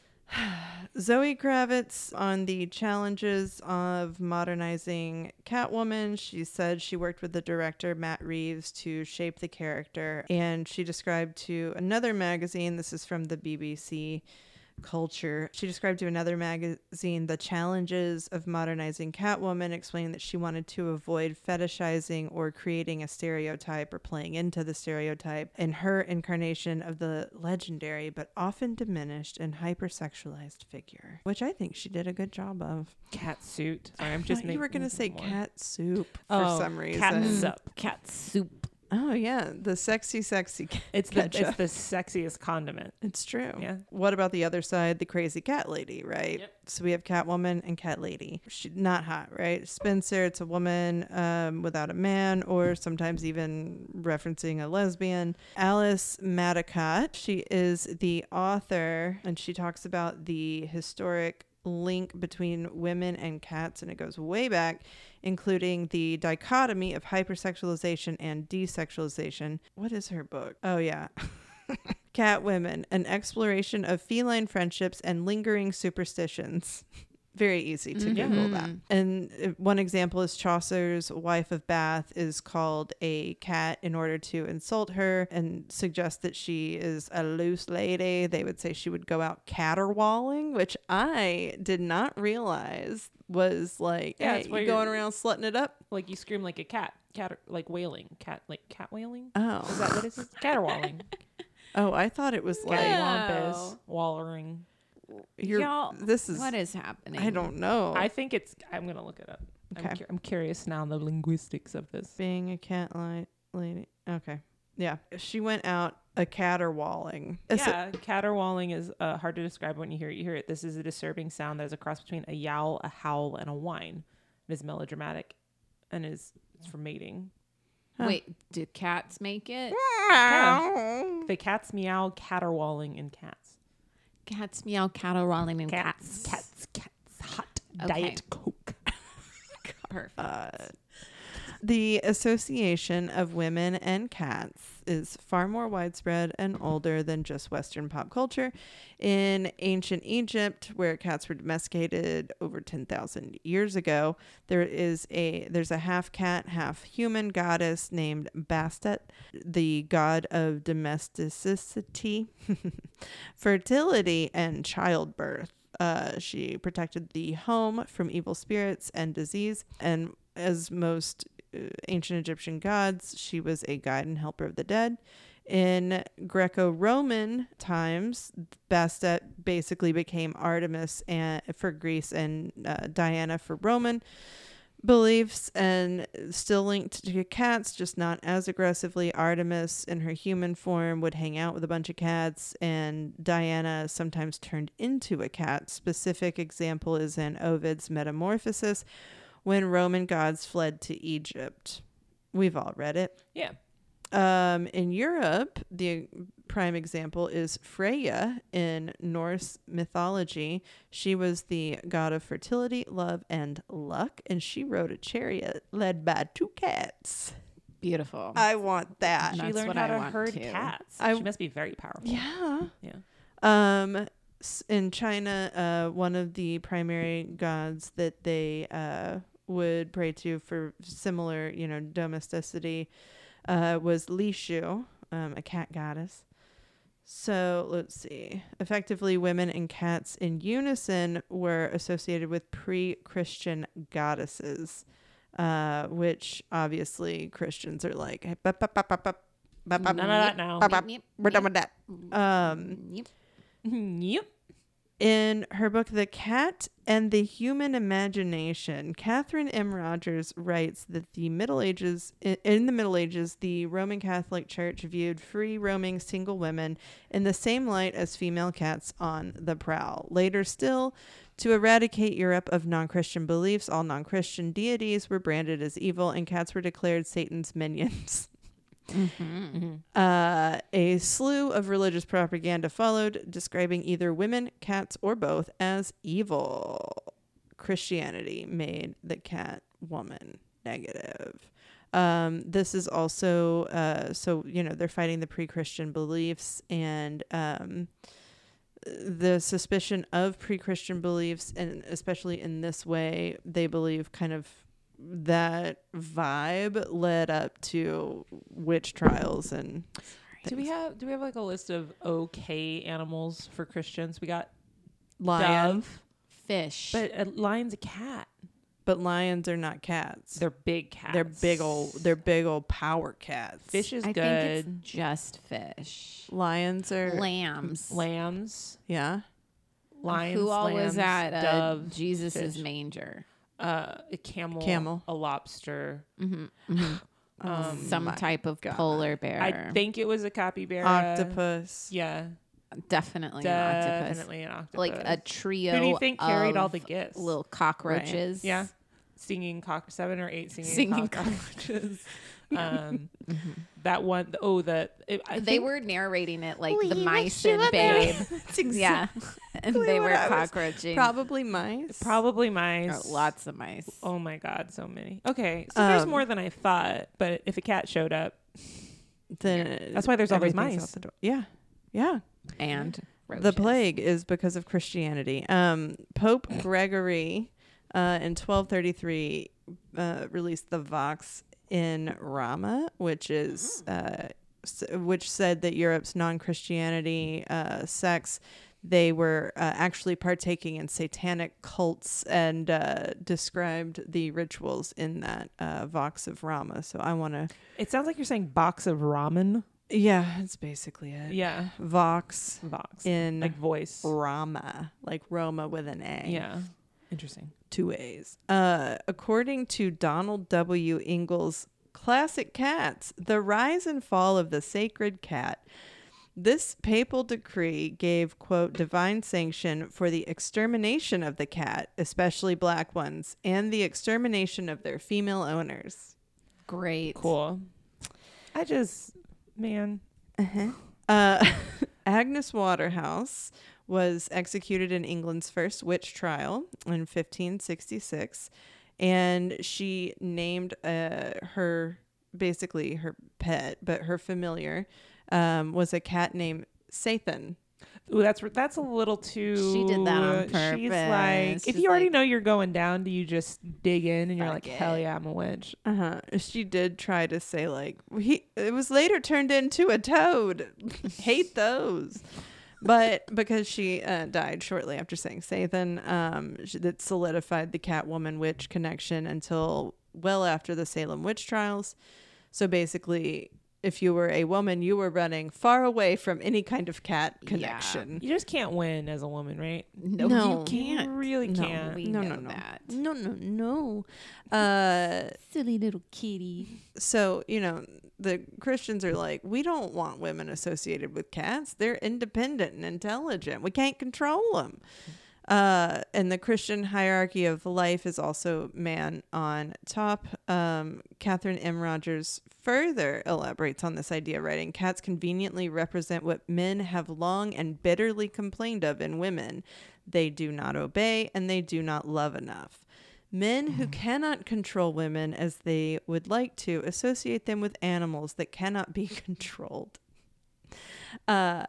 C: [SIGHS] Zoe Kravitz on the challenges of modernizing Catwoman. She said she worked with the director Matt Reeves to shape the character, and she described to another magazine, this is from the BBC culture. She described to another magazine the challenges of modernizing Catwoman, explaining that she wanted to avoid fetishizing or creating a stereotype or playing into the stereotype. In her incarnation of the legendary but often diminished and hypersexualized figure, which I think she did a good job of.
E: Cat suit. Sorry, I'm
C: Just
E: just
C: you were
E: making
C: gonna say
E: more.
C: cat soup for
E: Oh,
C: some reason.
E: Cat's up.
D: Cat soup.
C: Oh yeah, the sexy, sexy. Cat.
E: It's the, it's
C: Ketchup.
E: the sexiest condiment.
C: It's true.
E: Yeah.
C: What about the other side, the crazy cat lady, right?
E: Yep.
C: So we have Catwoman and Cat Lady. She not hot, right? Spencer, it's a woman um, without a man, or sometimes even referencing a lesbian. Alice Madicott, she is the author, and she talks about the historic link between women and cats, and it goes way back, including the dichotomy of hypersexualization and desexualization. What is her book? Oh yeah. [LAUGHS] Cat Women, an exploration of feline friendships and lingering superstitions. [LAUGHS] Very easy to Google that. And uh, one example is Chaucer's wife of Bath is called a cat in order to insult her and suggest that she is a loose lady. They would say she would go out caterwauling, which I did not realize was like,
E: Yeah,
C: yeah,
E: it's where
C: you going
E: you're-
C: around slutting it up?
E: Like you scream like a cat. Cat like wailing. Cat like cat wailing? Is
C: Oh,
E: that what it is?
C: [LAUGHS]
E: Caterwauling.
C: oh, I thought it was like
E: Cattywampus. Wallering.
C: you're.
D: Y'all,
C: this is.
D: what is happening?
C: I don't know.
E: I think it's. I'm gonna look it up. I'm,
C: Okay.
E: cu- I'm curious now the linguistics of this.
C: Being a cat li- lady. Okay. Yeah. She went out a caterwauling. Is it-
E: yeah, caterwauling is uh, hard to describe when you hear it. You hear it. This is a disturbing sound that is a cross between a yowl, a howl, and a whine. It is melodramatic, and is it's for mating.
D: Wait, do cats make it?
E: Yeah. The cats meow, caterwauling, and cats.
D: Cats meow, cattle rolling, and cats.
E: Cats, cats, cats. Hot
D: Okay.
E: diet coke.
D: Perfect.
E: Uh,
C: Uh, the association of women and cats is far more widespread and older than just Western pop culture. In ancient Egypt, where cats were domesticated over 10,000 years ago, there is a there's a half cat, half human goddess named Bastet, the god of domesticity, [LAUGHS] fertility, and childbirth. Uh, she protected the home from evil spirits and disease. And as most uh, ancient Egyptian gods, she was a guide and helper of the dead. In Greco Roman times, Bastet basically became Artemis and, for Greece and uh, Diana for Roman beliefs and still linked to cats, just not as aggressively. Artemis, in her human form, would hang out with a bunch of cats, and Diana sometimes turned into a cat. Specific example is in Ovid's Metamorphosis when Roman gods fled to Egypt. We've all read it.
E: [LAUGHS] Yeah.
C: Um, in Europe, the prime example is Freya in Norse mythology. She was the god of fertility, love, and luck, and she rode a chariot led by two cats.
D: Beautiful.
E: uh,
C: I want that.
E: She
D: That's
E: learned
D: what
E: how
D: I
E: to
D: want
E: herd
D: to.
E: cats.
C: I-
E: she must be very powerful.
C: Yeah.
E: Yeah.
C: Um, s- in China, uh, one of the primary gods that they uh, would pray to for similar, you know, domesticity uh, was Li Shu, um, a cat goddess. So let's see. Effectively, women and cats in unison were associated with pre Christian goddesses, uh, which obviously Christians are like, "Hey, bup, bup, bup, bup, bup, bup, bup,
E: None of that now.
C: bup, bup.
D: Yep,
C: we're done
D: yep,
C: with that. Um,
D: yep.
E: [LAUGHS] yep.
C: in her book The Cat and the Human Imagination, Catherine M. Rogers writes that the Middle Ages i- in the Middle Ages, the Roman Catholic Church viewed free roaming single women in the same light as female cats on the prowl. Later still, to eradicate Europe of non-Christian beliefs, all non-Christian deities were branded as evil and cats were declared Satan's minions. [LAUGHS] Uh, a slew of religious propaganda followed, describing either women, cats, or both as evil. Christianity made the cat woman negative. Um, this is also, uh, so, you know, they're fighting the pre Christian beliefs and um, the suspicion of pre Christian beliefs, and especially in this way, they believe kind of that vibe led up to witch trials and
E: Do we have do we have like a list of okay animals for Christians? We got
C: lion
E: dove,
D: Fish.
E: but a lion's a cat.
C: but lions are not cats
E: They're big cats.
C: they're big old they're big old power cats
E: Fish is
D: I
E: good.
D: think it's just fish.
C: lions are
D: Lambs.
E: lambs,
C: yeah
E: lions,
D: Who all
E: lambs,
D: was at uh,
E: dove,
D: Jesus's
E: fish.
D: manger?
E: uh, a camel,
C: Camel.
E: a lobster.
C: um,
D: Mm-hmm, Some type of polar bear.
E: Oh I think it was a capybara.
C: octopus
E: Yeah,
D: definitely an octopus.
E: definitely an octopus.
D: Like a trio.
E: Who do you think carried all
D: of
E: the gifts?
D: little cockroaches?
E: yeah, singing cock seven or eight singing,
D: Singing
E: cock- [LAUGHS]
D: [LAUGHS]
E: um, that one oh the it, I
D: They
E: think
D: were narrating it like the mice and babe.
C: [LAUGHS]
D: [LAUGHS] yeah. And they
C: what
D: were
C: I was-
D: cockroaching.
C: probably mice
E: probably mice.
D: Or lots of mice.
E: Oh my god, so many. Okay, so there's
C: Um,
E: more than I thought. But if a cat showed up,
C: then
E: That's why there's all those
C: everything's
E: mice.
C: out the door. yeah yeah
D: And roaches.
C: The plague is because of Christianity. Um, Pope Gregory uh, in 1233 uh, released the Vox in Rama, which is uh, s- which said that Europe's non-Christianity uh, sects they were uh, actually partaking in satanic cults and uh, described the rituals in that uh, Vox of Rama. So I want to,
E: it sounds like you're saying box of ramen.
C: yeah, that's basically it.
E: Yeah,
C: Vox
E: box
C: in
E: like voice.
C: Rama, like Roma with an A.
E: Yeah, interesting.
C: Two A's. Uh, according to Donald W. Ingalls' Classic Cats, The Rise and Fall of the Sacred Cat. This papal decree gave, quote, divine sanction for the extermination of the cat, especially black ones, and the extermination of their female owners.
D: Great.
E: Cool. I just man.
C: Uh, Agnes Waterhouse was executed in England's first witch trial in 1566, and she named uh, her basically her pet, but her familiar um, was a cat named Sathan.
E: Ooh, that's that's a little too.
D: She did that on
E: She's like,
D: purpose.
E: if
D: She's
E: you already
D: like-
E: know you're going down, do you just dig in and you're like,
D: Fuck
E: hell
D: it.
E: yeah, I'm a witch.
C: Uh-huh. She did try to say like he it was later turned into a toad. [LAUGHS] Hate those. But because she uh, died shortly after saying Sathan, um, she, that solidified the Catwoman witch connection until well after the Salem witch trials. So basically, if you were a woman, you were running far away from any kind of cat connection.
E: You just can't win as a woman, right?
D: No,
C: No.
D: you
E: You
D: can't.
E: really
C: No.
E: can't.
D: We
C: No,
D: know
C: no, no.
D: that.
C: No, no, no. Uh,
D: Silly little kitty.
C: so you know the christians are like we don't want women associated with cats they're independent and intelligent we can't control them uh, and the christian hierarchy of life is also man on top um, catherine m rogers further elaborates on this idea writing cats conveniently represent what men have long and bitterly complained of in women they do not obey and they do not love enough Men who cannot control women as they would like to associate [LAUGHS] them with animals that cannot be controlled. Uh,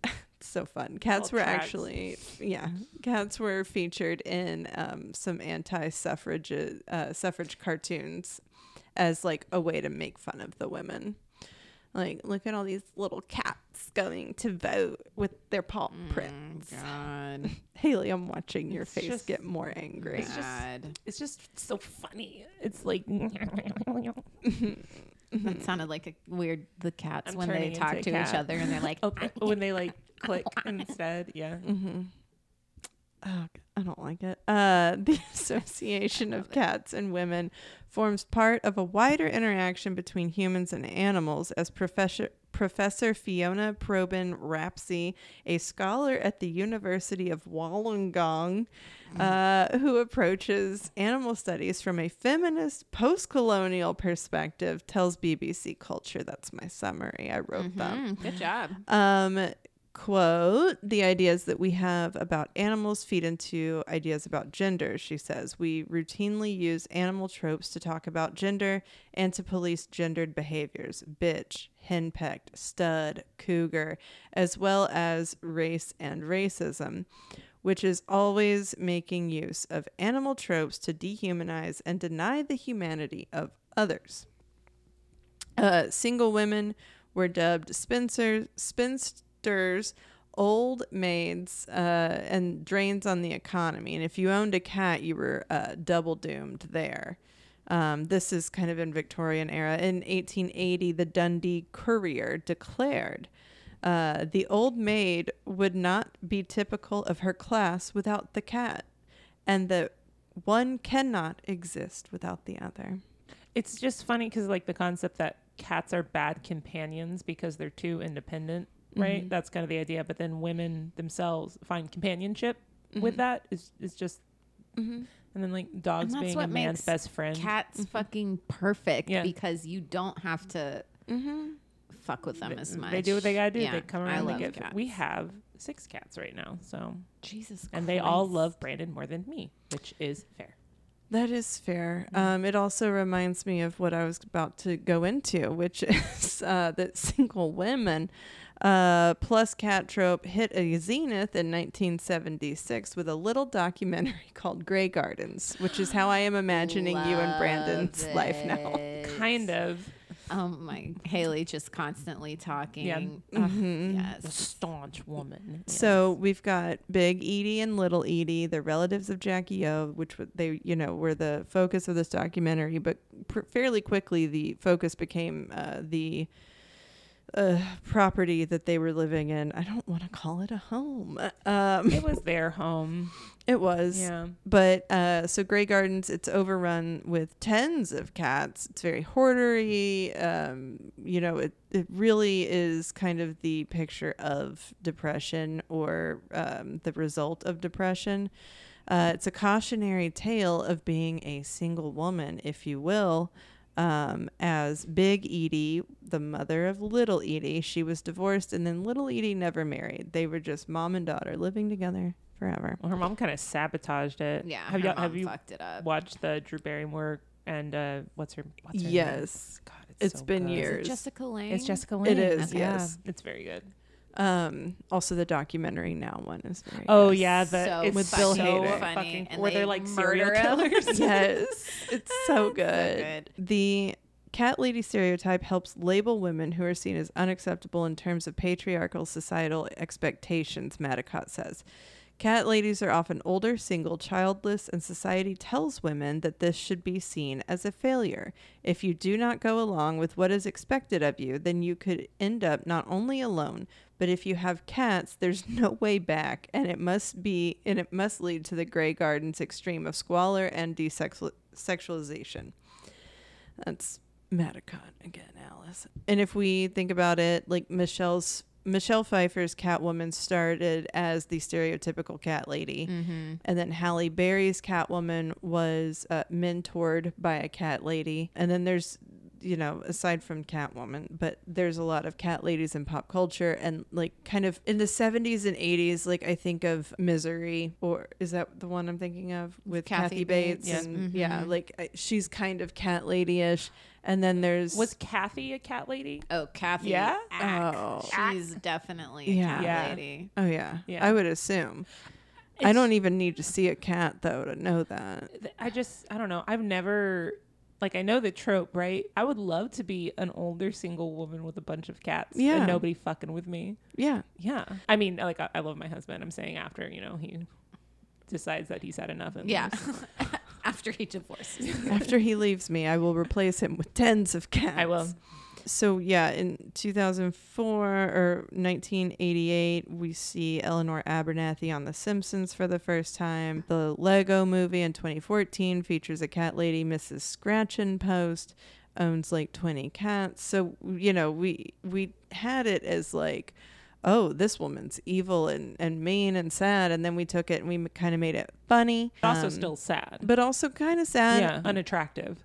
C: [LAUGHS] so fun. Cats
E: Called
C: were
E: Tracks.
C: actually, yeah, cats were featured in um, some anti-suffrage uh, suffrage cartoons as like a way to make fun of the women. Like, look at all these little cats going to vote with their paw prints.
D: Mm, God.
C: Haley, I'm watching your
E: It's
C: face
E: just-
C: get more angry.
E: It's just-
D: God.
E: It's just so funny. It's like
D: That sounded like a weird the cats
E: I'm
D: when they
E: turning
D: talk
E: into
D: to
E: a
D: each
E: cat.
D: other
E: [LAUGHS]
D: and they're like,
E: oh, when they like [LAUGHS] click instead. Yeah.
C: Mm-hmm. Oh, g- I don't like it. Uh, [LAUGHS] the Association
E: [LAUGHS]
C: of Cats and Women forms part of a wider interaction between humans and animals, as Professor Professor Fiona Probin Rapsey, a scholar at the University of Wollongong,
E: Mm.
C: uh, who approaches animal studies from a feminist post-colonial perspective, tells BBC Culture. That's my summary. I wrote
E: Mm-hmm.
C: them.
D: "Mm, good job.
C: Um, quote the ideas that we have about animals feed into ideas about gender she says we routinely use animal tropes to talk about gender and to police gendered behaviors bitch henpecked stud cougar as well as race and racism which is always making use of animal tropes to dehumanize and deny the humanity of others uh, single women were dubbed spincers, spinsters, old maids, uh, and drains on the economy. And if you owned a cat, you were uh, double doomed there. Um, this is kind of in Victorian era. In 1880, the Dundee Courier declared. Uh, the old maid would not be typical of her class without the cat, and that one cannot exist without the other.
E: It's just funny because like the concept that cats are bad companions because they're too independent,
D: Mm-hmm.
E: right? That's kind of the idea. But then women themselves find companionship
D: Mm-hmm.
E: with that is is just. And then like dogs
D: that's
E: being a
D: what
E: man's
D: makes
E: best friend.
D: Cats fucking perfect
E: Mm-hmm. Yeah.
D: because you don't have to fuck with them as much.
E: They do what they gotta do.
D: Yeah,
E: They come
D: I
E: around. They
D: love
E: get.
D: cats.
E: We have six cats right now, so
D: Jesus
E: and they all
D: Christ.
E: love Brandon more than me, which is fair.
C: That is fair.
D: Mm-hmm.
C: Um, it also reminds me of what I was about to go into, which [LAUGHS] is uh, that single women uh, plus cat trope hit a zenith in 1976 with a little documentary [LAUGHS] called Grey Gardens, which is how I am imagining you and Brandon's
D: Love
C: life now.
D: it.
E: Kind of.
D: Oh my, Haley just constantly talking.
E: Yeah. Mm-hmm.
D: Ugh,
C: Mhm.
E: The
D: Yes.
E: staunch woman.
C: So we've got Big Edie and Little Edie, the relatives of Jackie O, which w- they, you know, were the focus of this documentary. But pr- fairly quickly, the focus became uh, the uh, property that they were living in. I don't want to call it a home. [LAUGHS] Um,
E: it was their
C: [LAUGHS]
E: home.
C: it was.
E: Yeah.
C: But uh, so Grey Gardens, it's overrun with tens of cats. It's very hoardery. Um, you know, it, it really is kind of the picture of depression or um, the result of depression. Uh, it's a cautionary tale of being a single woman, if you will. Um, as Big Edie, the mother of Little Edie, she was divorced, and then Little Edie never married. They were just mom and daughter living together forever.
E: Well, her mom kind of sabotaged it.
D: Yeah.
E: Have
D: her
E: y'all
D: mom
E: have you
D: fucked it up?
E: watched the Drew Barrymore and uh, what's her? What's her name?
C: Yes.
E: God,
C: It's
E: it's so
C: been
E: good.
D: Is it
C: years.
D: Jessica Lange.
E: It's Jessica Lange.
C: It is,
E: Okay.
C: yes.
E: Yeah, it's very good.
C: Um, also the documentary now one is very
E: Oh
C: good.
E: yeah, the
D: So
E: it's
C: With Bill
E: so
C: Hader.
E: fucking
D: funny, and
E: where
D: they
E: they're like serial
D: murder him.
C: [LAUGHS]
E: killers.
D: [LAUGHS]
C: yes, it's so good.
D: good.
C: The cat lady stereotype helps label women who are seen as unacceptable in terms of patriarchal societal expectations. Madicott says. Cat ladies are often older, single, childless, and society tells women that this should be seen as a failure. If you do not go along with what is expected of you, then you could end up not only alone, but if you have cats, there's no way back, and it must be and it must lead to the Grey Gardens extreme of squalor and desexualization. That's Matacon again, Alice. And if we think about it, like Michelle's Michelle Pfeiffer's Catwoman started as the stereotypical cat lady, and then Halle Berry's Catwoman was uh, mentored by a cat lady, and then there's you know, aside from Catwoman, but there's a lot of cat ladies in pop culture and like kind of in the 70s and 80s, like I think of Misery or is that the one I'm thinking of with Kathy,
D: Kathy
C: Bates?
D: Bates.
C: And yeah, like I, she's kind of cat lady-ish. And then there's
E: Was Kathy a cat lady?
D: Oh, Kathy.
E: Yeah?
D: Ack.
C: Oh.
D: She's definitely a
C: Yeah.
D: cat
E: Yeah.
D: lady.
C: Oh yeah.
E: Yeah.
C: I would assume. I don't even need to see a cat though to know that.
E: Th- I just I don't know. I've never like I know the trope, right? I would love to be an older single woman with a bunch of cats
C: Yeah.
E: and nobody fucking with me. [LAUGHS]
C: Yeah.
E: Yeah. I mean, like I, I love my husband. I'm saying after, you know, he decides that he's had enough and
D: Yeah. [LAUGHS]
E: leaves.
D: After he divorces.
C: After he leaves me, I will replace him with tens of cats.
E: I will.
C: So yeah, in 2004 or 1988, we see Eleanor Abernathy on The Simpsons for the first time. The Lego Movie in 2014 features a cat lady, Mrs. Scratch and Post, owns like 20 cats. So you know, we we had it as like. Oh, this woman's evil and, and mean and sad. And then we took it and we kind of made it funny.
E: Also
C: Um,
E: still sad.
C: But also kind of sad.
E: yeah, unattractive.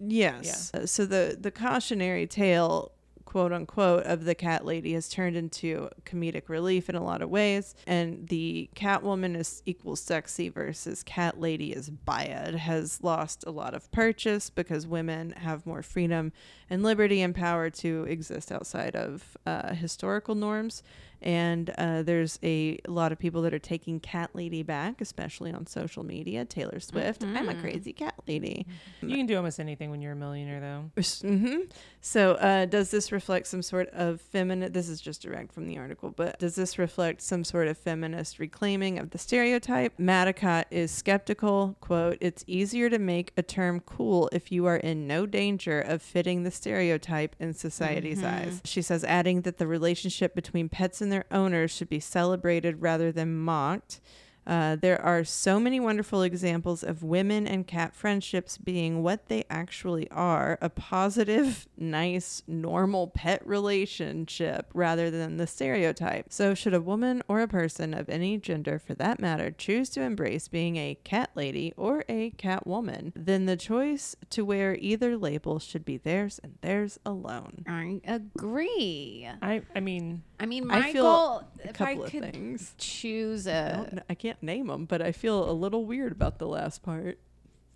C: Yes. Uh, so the the cautionary tale, quote unquote, of the cat lady has turned into comedic relief in a lot of ways, and the Catwoman is equals sexy versus cat lady is bad has lost a lot of purchase because women have more freedom and liberty and power to exist outside of uh, historical norms. And uh, there's a lot of people that are taking Cat Lady back, especially on social media. Taylor Swift, I'm a crazy cat lady.
E: You can do almost anything when you're a millionaire though.
C: [LAUGHS] Mm-hmm. So, uh, does this reflect some sort of feminist? This is just direct from the article, but does this reflect some sort of feminist reclaiming of the stereotype? Matacott is skeptical. "Quote: It's easier to make a term cool if you are in no danger of fitting the stereotype in society's eyes." She says, adding that the relationship between pets and their owners should be celebrated rather than mocked. Uh, there are so many wonderful examples of women and cat friendships being what they actually are a positive, [LAUGHS] nice, normal pet relationship rather than the stereotype. So, should a woman or a person of any gender for that matter choose to embrace being a cat lady or a cat woman, then the choice to wear either label should be theirs and theirs alone.
D: I agree.
E: I I mean
D: I mean, my
C: I feel
D: goal,
C: A
D: if I
C: couple of
D: could
C: things.
D: choose
C: I,
D: a
C: don't, kn- I can't name them, but I feel a little weird about the last part.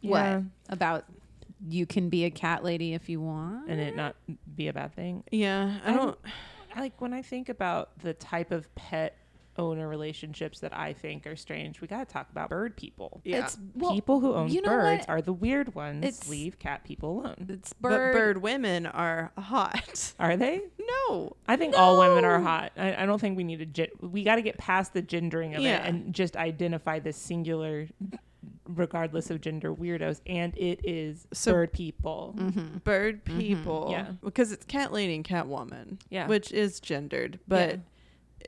D: what
E: yeah,
D: about you can be a cat lady if you want.
E: and it not be a bad thing.
C: Yeah, I
E: I'm-
C: don't.
E: I- like when I think about the type of pet owner relationships that I think are strange, we got to talk about bird people.
D: It's well,
E: people who own
D: you know
E: birds
D: what?
E: are the weird ones.
D: It's-
E: Leave cat people alone.
D: It's
C: But
D: bird.
C: bird women are [LAUGHS] hot.
E: Are they?
C: No.
E: I think all women are hot. I, I don't think we need to. Gen- we got to get past the gendering of
C: Yeah.
E: it and just identify this singular, regardless of gender, weirdos. And it is
C: So-
E: bird people.
C: Bird people.
E: Yeah.
C: Mm-hmm. Because it's cat lady and cat woman.
E: Yeah.
C: Which is gendered. But
E: Yeah.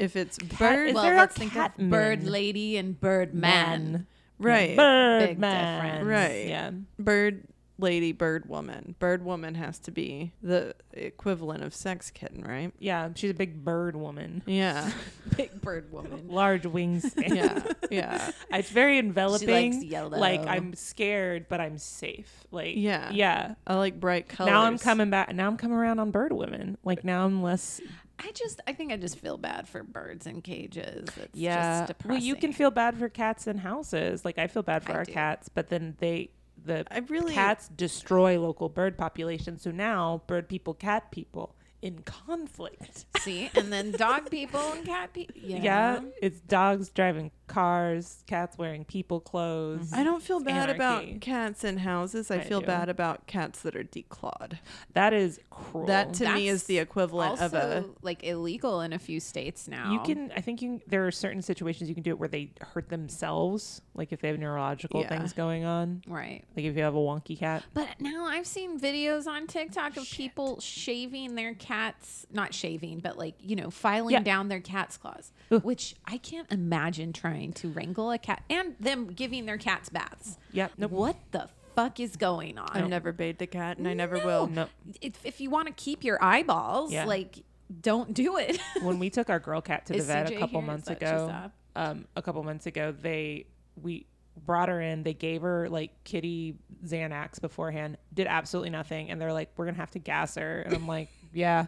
C: if it's
E: is
C: bird
D: well,
E: there a
D: let's think of
E: cat man?
D: bird lady and bird man.
C: right.
E: Bird
D: Big
E: man.
D: difference.
C: Right.
E: Yeah.
C: Bird lady, bird woman. Bird woman has to be the equivalent of sex kitten, right?
E: Yeah. She's a big bird woman. [LAUGHS]
C: Yeah.
D: [LAUGHS] Big bird woman.
E: Large wingspan.
C: Yeah. yeah.
E: [LAUGHS] It's very enveloping.
D: yellow.
E: Like I'm scared, but I'm safe. Like
C: Yeah.
E: yeah.
C: I like bright colors.
E: Now I'm coming back. Now I'm coming around on bird women. Like now I'm less.
D: I just, I think I just feel bad for birds in cages. It's just depressing.
E: well, you can feel bad for cats in houses. Like I feel bad for
D: I
E: our
D: do.
E: cats, but then they the
C: I really.
E: cats destroy local bird populations. So now bird people, cat people in conflict.
D: [LAUGHS] see, and then dog people and cat people. Yeah.
E: Yeah. it's dogs driving cars, cats wearing people clothes.
C: Mm-hmm. I don't feel bad
E: anarchy.
C: about cats in houses. I,
E: I
C: feel
E: do.
C: bad about cats that are declawed.
E: That is cruel.
C: That to me is
D: That's
C: the equivalent
D: Also,
C: of a
D: like illegal in a few states now.
E: you can i think you can, there are certain situations you can do it where they hurt themselves like if they have neurological
C: Yeah.
E: things going on
D: right.
E: like if you have a wonky cat
D: But now I've seen videos on TikTok of people shaving their cats, not shaving, but like, you know, filing
E: Yeah.
D: down their cat's claws, which I can't imagine trying to wrangle a cat and them giving their cats baths.
E: Yep. Nope.
D: What the fuck is going on?
C: I've never bathed a cat and I never will.
E: no
D: If, if you want to keep your eyeballs,
E: Yeah.
D: like, don't do it. [LAUGHS]
E: when we took our girl cat to the
D: Is
E: vet a
D: CJ
E: couple
D: here? Is
E: months
D: that- she's
E: ago
D: up?
E: um a couple months ago they we brought her in. They gave her like kitty Xanax beforehand, did absolutely nothing. And they're like, we're going to have to gas her. And I'm like, [LAUGHS] yeah.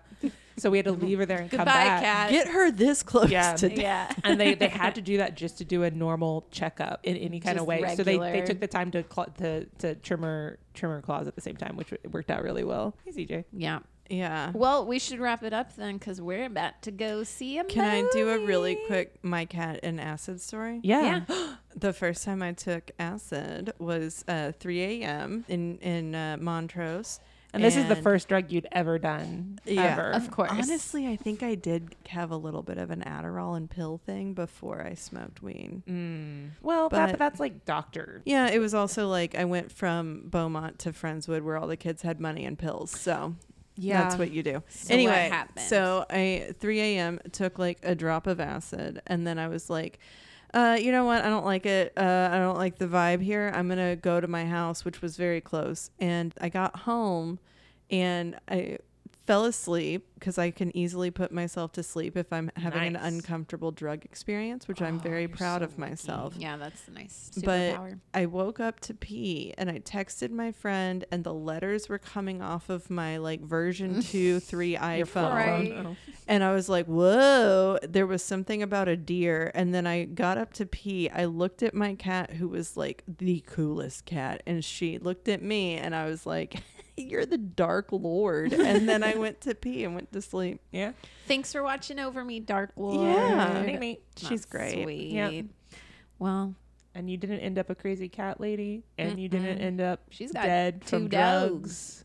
E: So we had to leave her there and come
D: Goodbye,
E: back.
D: cat.
C: Get her this close
E: Yeah.
D: [LAUGHS]
C: to death.
A: Yeah.
E: and they, they had to do that just to do a normal checkup in any kind of
D: Just
E: way. So they, they
D: regular.
E: took the time to, cl- to to trim her trim her claws at the same time, which w- worked out really well. Hey, CJ.
D: yeah.
C: Yeah.
D: Well, we should wrap it up then because we're about to go see a
C: Can I do a really
D: movie.
C: quick my cat and acid story?
E: Yeah.
C: The first time I took acid was uh, 3 a.m. in in uh, Montrose,
E: And this is the first drug you'd ever done.
C: Yeah.
E: Ever.
D: Of course.
C: Honestly, I think I did have a little bit of an Adderall and pill thing before I smoked weed.
E: Well, that,
C: But-
E: but that's like doctor.
C: Yeah, it was also like I went from Beaumont to Friendswood, where all the kids had money and pills. So that's what you do.
D: So what
C: anyway,
D: happened?
C: so I 3 a.m. took like a drop of acid, and then I was like, uh, you know what? I don't like it. Uh, I don't like the vibe here. I'm gonna go to my house, which was very close. And I got home, and I fell asleep because I can easily put myself to sleep if I'm having
E: Nice.
C: an uncomfortable drug experience, which I'm
E: Oh,
C: very
E: you're
C: proud
E: so
C: of myself.
D: Yeah, that's a nice
C: But-
D: superpower.
C: I woke up to pee and I texted my friend and the letters were coming off of my like
E: [LAUGHS]
C: version 2 3
E: Your
C: iPhone
E: phone.
D: Right.
E: Oh.
C: and I was like whoa there was something about a deer and then I got up to pee I looked at my cat who was like the coolest cat and she looked at me and I was like [LAUGHS] you're the dark lord and then I went to pee and went to sleep
E: Yeah.
D: Thanks for watching over me, Dark Lord.
C: Yeah.
E: Nate, Nate.
C: she's great.
D: Sweet.
E: Yeah.
D: Well,
E: And you didn't end up a crazy cat lady, and you didn't end up
D: She's got
E: dead
D: two
E: from
D: dogs.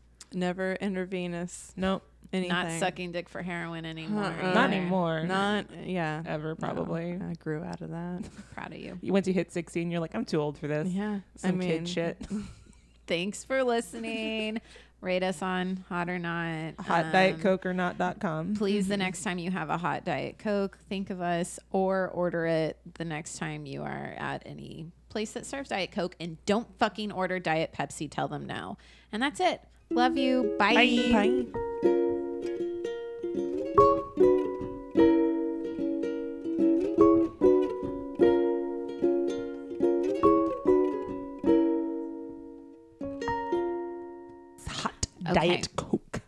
E: drugs.
C: never intravenous
E: Nope,
C: anything
D: not sucking dick for heroin anymore.
C: Uh-uh.
E: not
D: either.
E: anymore.
C: not yeah
E: ever,
C: No,
E: probably.
C: I grew out of that
D: Proud of you.
E: You- Once you hit 16, you're like, I'm too old for this.
C: yeah
E: Some
C: I mean
E: kid shit.
D: [LAUGHS] Thanks for listening. Rate us on Hot or Not.
E: Hot
D: Um,
E: Diet Coke or not.com.
D: Please, the next time you have a hot Diet Coke, think of us or order it the next time you are at any place that serves Diet Coke. And don't fucking order Diet Pepsi. Tell them no. And that's it. Love you. Bye.
E: Bye. Hot
D: Okay.
E: Diet Coke.